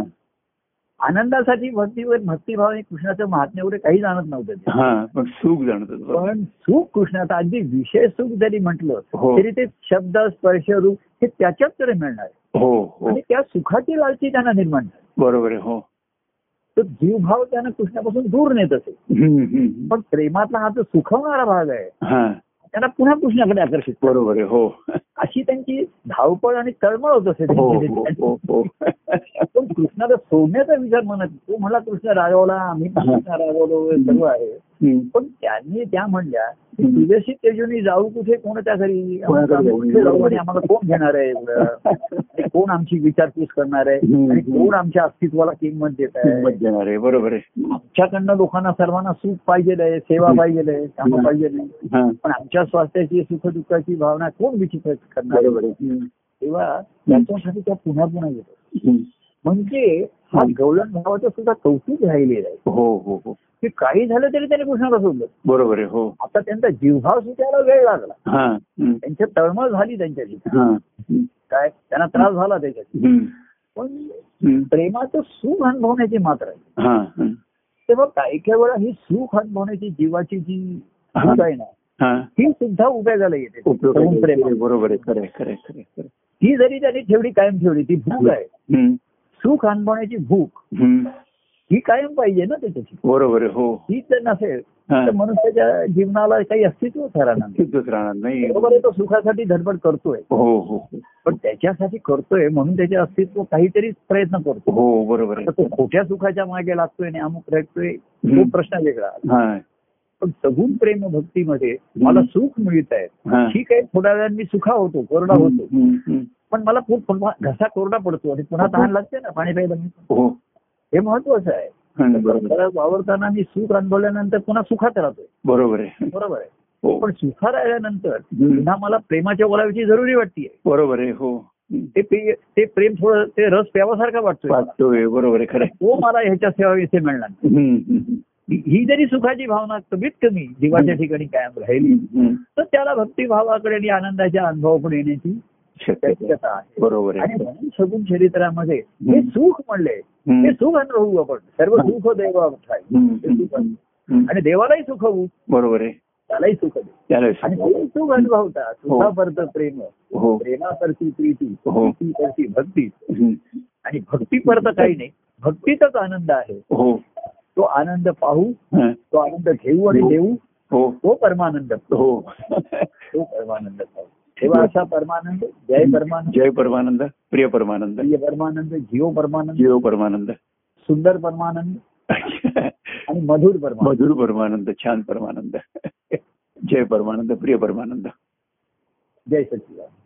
A: आनंदासाठी भक्तीवर भक्तिभाव आणि कृष्णाचं महात्म्य वगैरे काही जाणत नव्हतं ते.
B: हा. पण सुख जाणत होतं.
A: पण सुख कृष्णाचं अगदी विशेष सुख जरी म्हटलं
B: हो.
A: तरी ते शब्द स्पर्श रूप हे त्याच्याच तरी मिळणार आहे.
B: हो हो
A: आणि त्या सुखाची लालची त्यांना निर्माण झाली
B: बरोबर आहे हो
A: तर जीवभाव त्यांना कृष्णापासून दूर नेत असे
B: हम्म. हम्म.
A: पण प्रेमातला हा जो सुखवणारा भाग आहे
B: हा.
A: त्यांना पुन्हा कृष्णाकडे आकर्षित करतो.
B: बरोबर आहे हो
A: अशी त्यांची धावपळ आणि तळमळ होत असे
B: हो
A: त्यांची
B: हो
A: ठिकाणी.
B: हो हो
A: पण कृष्णाला सोडण्याचा विचार म्हणत नाही. तो म्हणला कृष्ण रागवला आम्ही पण कृष्ण रागवलो वगैरे सर्व आहे
B: हम्म.
A: पण त्यांनी त्या म्हणल्या की तुझ्याशी तेजूनी जाऊ कुठे कोण त्या घरी आम्हाला
B: कोणाकडे जाऊ?
A: कुठे जाऊ आणि आम्हाला कोण घेणार आहे एवढं? आणि कोण आमची विचारपूस करणार आहे
B: हम्म.
A: आणि कोण आमच्या अस्तित्वाला किंमत देत आहे
B: किंमत देणार आहे बरोबर आहे
A: आमच्याकडनं लोकांना सर्वांना सुख पाहिजे आहे सेवा
B: हम्म.
A: पाहिजे आहे कामं
B: हम्म.
A: पाहिजे आहे
B: हा.
A: पण आमच्या स्वास्थ्याची सुखदुःखाची भावना कोण विचित्र करणार
B: बरोबर आहे हम्म.
A: तेव्हा त्यांच्यासाठी त्या पुन्हा पुन्हा येतो
B: हम्म.
A: म्हणजे हा
B: हं.
A: गवळण भावाचं सुद्धा कौतुक राहिलेलं आहे
B: हो हो हो
A: की काही झालं तरी त्यांनी कृष्णाला सोडलं
B: बरोबर आहे हो
A: आता त्यांचा जीवभाव सुटायला वेळ लागला
B: हा हम्म.
A: त्यांच्या तळमळ झाली त्यांच्याशी
B: हा हम्म.
A: काय त्यांना त्रास झाला त्याच्याशी
B: हम्म.
A: पण
B: हम्म.
A: प्रेमाचं सुख अनुभवण्याची मात्र आहे
B: हा हम्म.
A: तेव्हा काही काही वेळा ही सुख अनुभवण्याची जीवाची जी
B: हा.
A: भूक आहे ना
B: हा
A: ही सुद्धा उपयोगाला येते
B: उपयोग
A: तरुण प्रेमात.
B: आहे. बरोबर आहे खरं आहे, खरं आहे, खरं आहे, खरं आहे.
A: ही जरी त्यांनी ठेवली कायम ठेवली ती भूक आहे
B: हम्म.
A: सुख अनुभवण्याची भूक
B: हम्म.
A: ही कायम पाहिजे ना त्याच्याची
B: बरोबर आहे हो
A: ही जर नसेल
B: हा.
A: तर मनुष्याच्या जीवनाला काही अस्तित्व ठरणार नाही
B: तिथंच राहणार नाही
A: बरोबर आहे तो सुखासाठी धडपड करतोय
B: हो हो हो.
A: पण त्याच्यासाठी करतोय म्हणून त्याचे अस्तित्व काहीतरी प्रयत्न करतो
B: हो बरोबर
A: तर
B: आहे
A: तो खोट्या सुखाच्या मागे लागतोय आणि अमुक रडतोय
B: हम्म.
A: तो प्रश्न वेगळा
B: हा
A: पण सगुण प्रेम भक्तीमध्ये मला सुख मिळत आहे
B: हा
A: ठीक आहे थोड्या वेळाने मी सुखा होतो कोरडा होतो
B: हम्म, हम्म.
A: पण मला खूप पुन्हा घसा कोरडा पडतो आणि पुन्हा तहान लागते ना पाणी प्यायला मी
B: हो
A: हे महत्वाचं आहे
B: हा,
A: तर
B: बरोबर आहे.
A: संसारात वावरताना मी सुख अनुभवल्यानंतर पुन्हा सुखात राहतोय
B: बरोबर आहे
A: बरोबर आहे
B: हो
A: पण सुखात राहिल्यानंतर
B: हम्म.
A: पुन्हा मला प्रेमाच्या बोलाविषयी जरुरी वाटते
B: बरोबर आहे हो
A: ते पे- ते प्रेम थोडं ते रस प्यावासारखा वाटतोय मला.
B: वाचतोय बरोबर आहे खरं आहे.
A: तो मला ह्याच्या सेवा विषय मिळणार नाही.
B: हम्म, हम्म,
A: ही जरी सुखाची भावना कमीत कमी जीवाच्या ठिकाणी कायम राहिली
B: हम्म, हम्म.
A: तर त्याला भक्तिभावाकडे आणि आनंदाच्या अनुभवाकडे येण्याची
B: शक्यता आहे.
A: शक्यता आहे
B: बरोबर
A: आणि
B: आहे
A: म्हणून सगुण चरित्रामध्ये हे सुख म्हणले
B: हम्म,
A: हे सुख अनुभवू आपण सर्व सुख देवा ठाई.
B: हम्म,
A: हे सुख अनुभवू.
B: हम्म.
A: आणि देवालाही सुख होऊ
B: बरोबर आहे
A: त्यालाही सुख देऊ
B: त्याला
A: आणि ते सुख अनुभवता सुखापर्त प्रेम
B: हो
A: प्रेमापर्ती प्रीती
B: हो.
A: प्रीतीपर्ती भक्ती
B: हम्म.
A: आणि भक्तीपर्त काही नाही भक्तीचाच आनंद आहे
B: हो
A: तो आनंद पाहू
B: हा,
A: तो आनंद घेऊ आणि देऊ
B: हो
A: तो परमानंद
B: हो
A: तो परमानंद पाहू तेव्हा असा परमानंद जय परमानंद
B: जय परमानंद प्रिय परमानंद
A: प्रिय परमानंद जीव परमानंद
B: जीव परमानंद
A: सुंदर परमानंद आणि मधुर परमानंद
B: मधुर परमानंद छान परमानंद जय परमानंद प्रिय परमानंद
A: जय सच्चिदानंद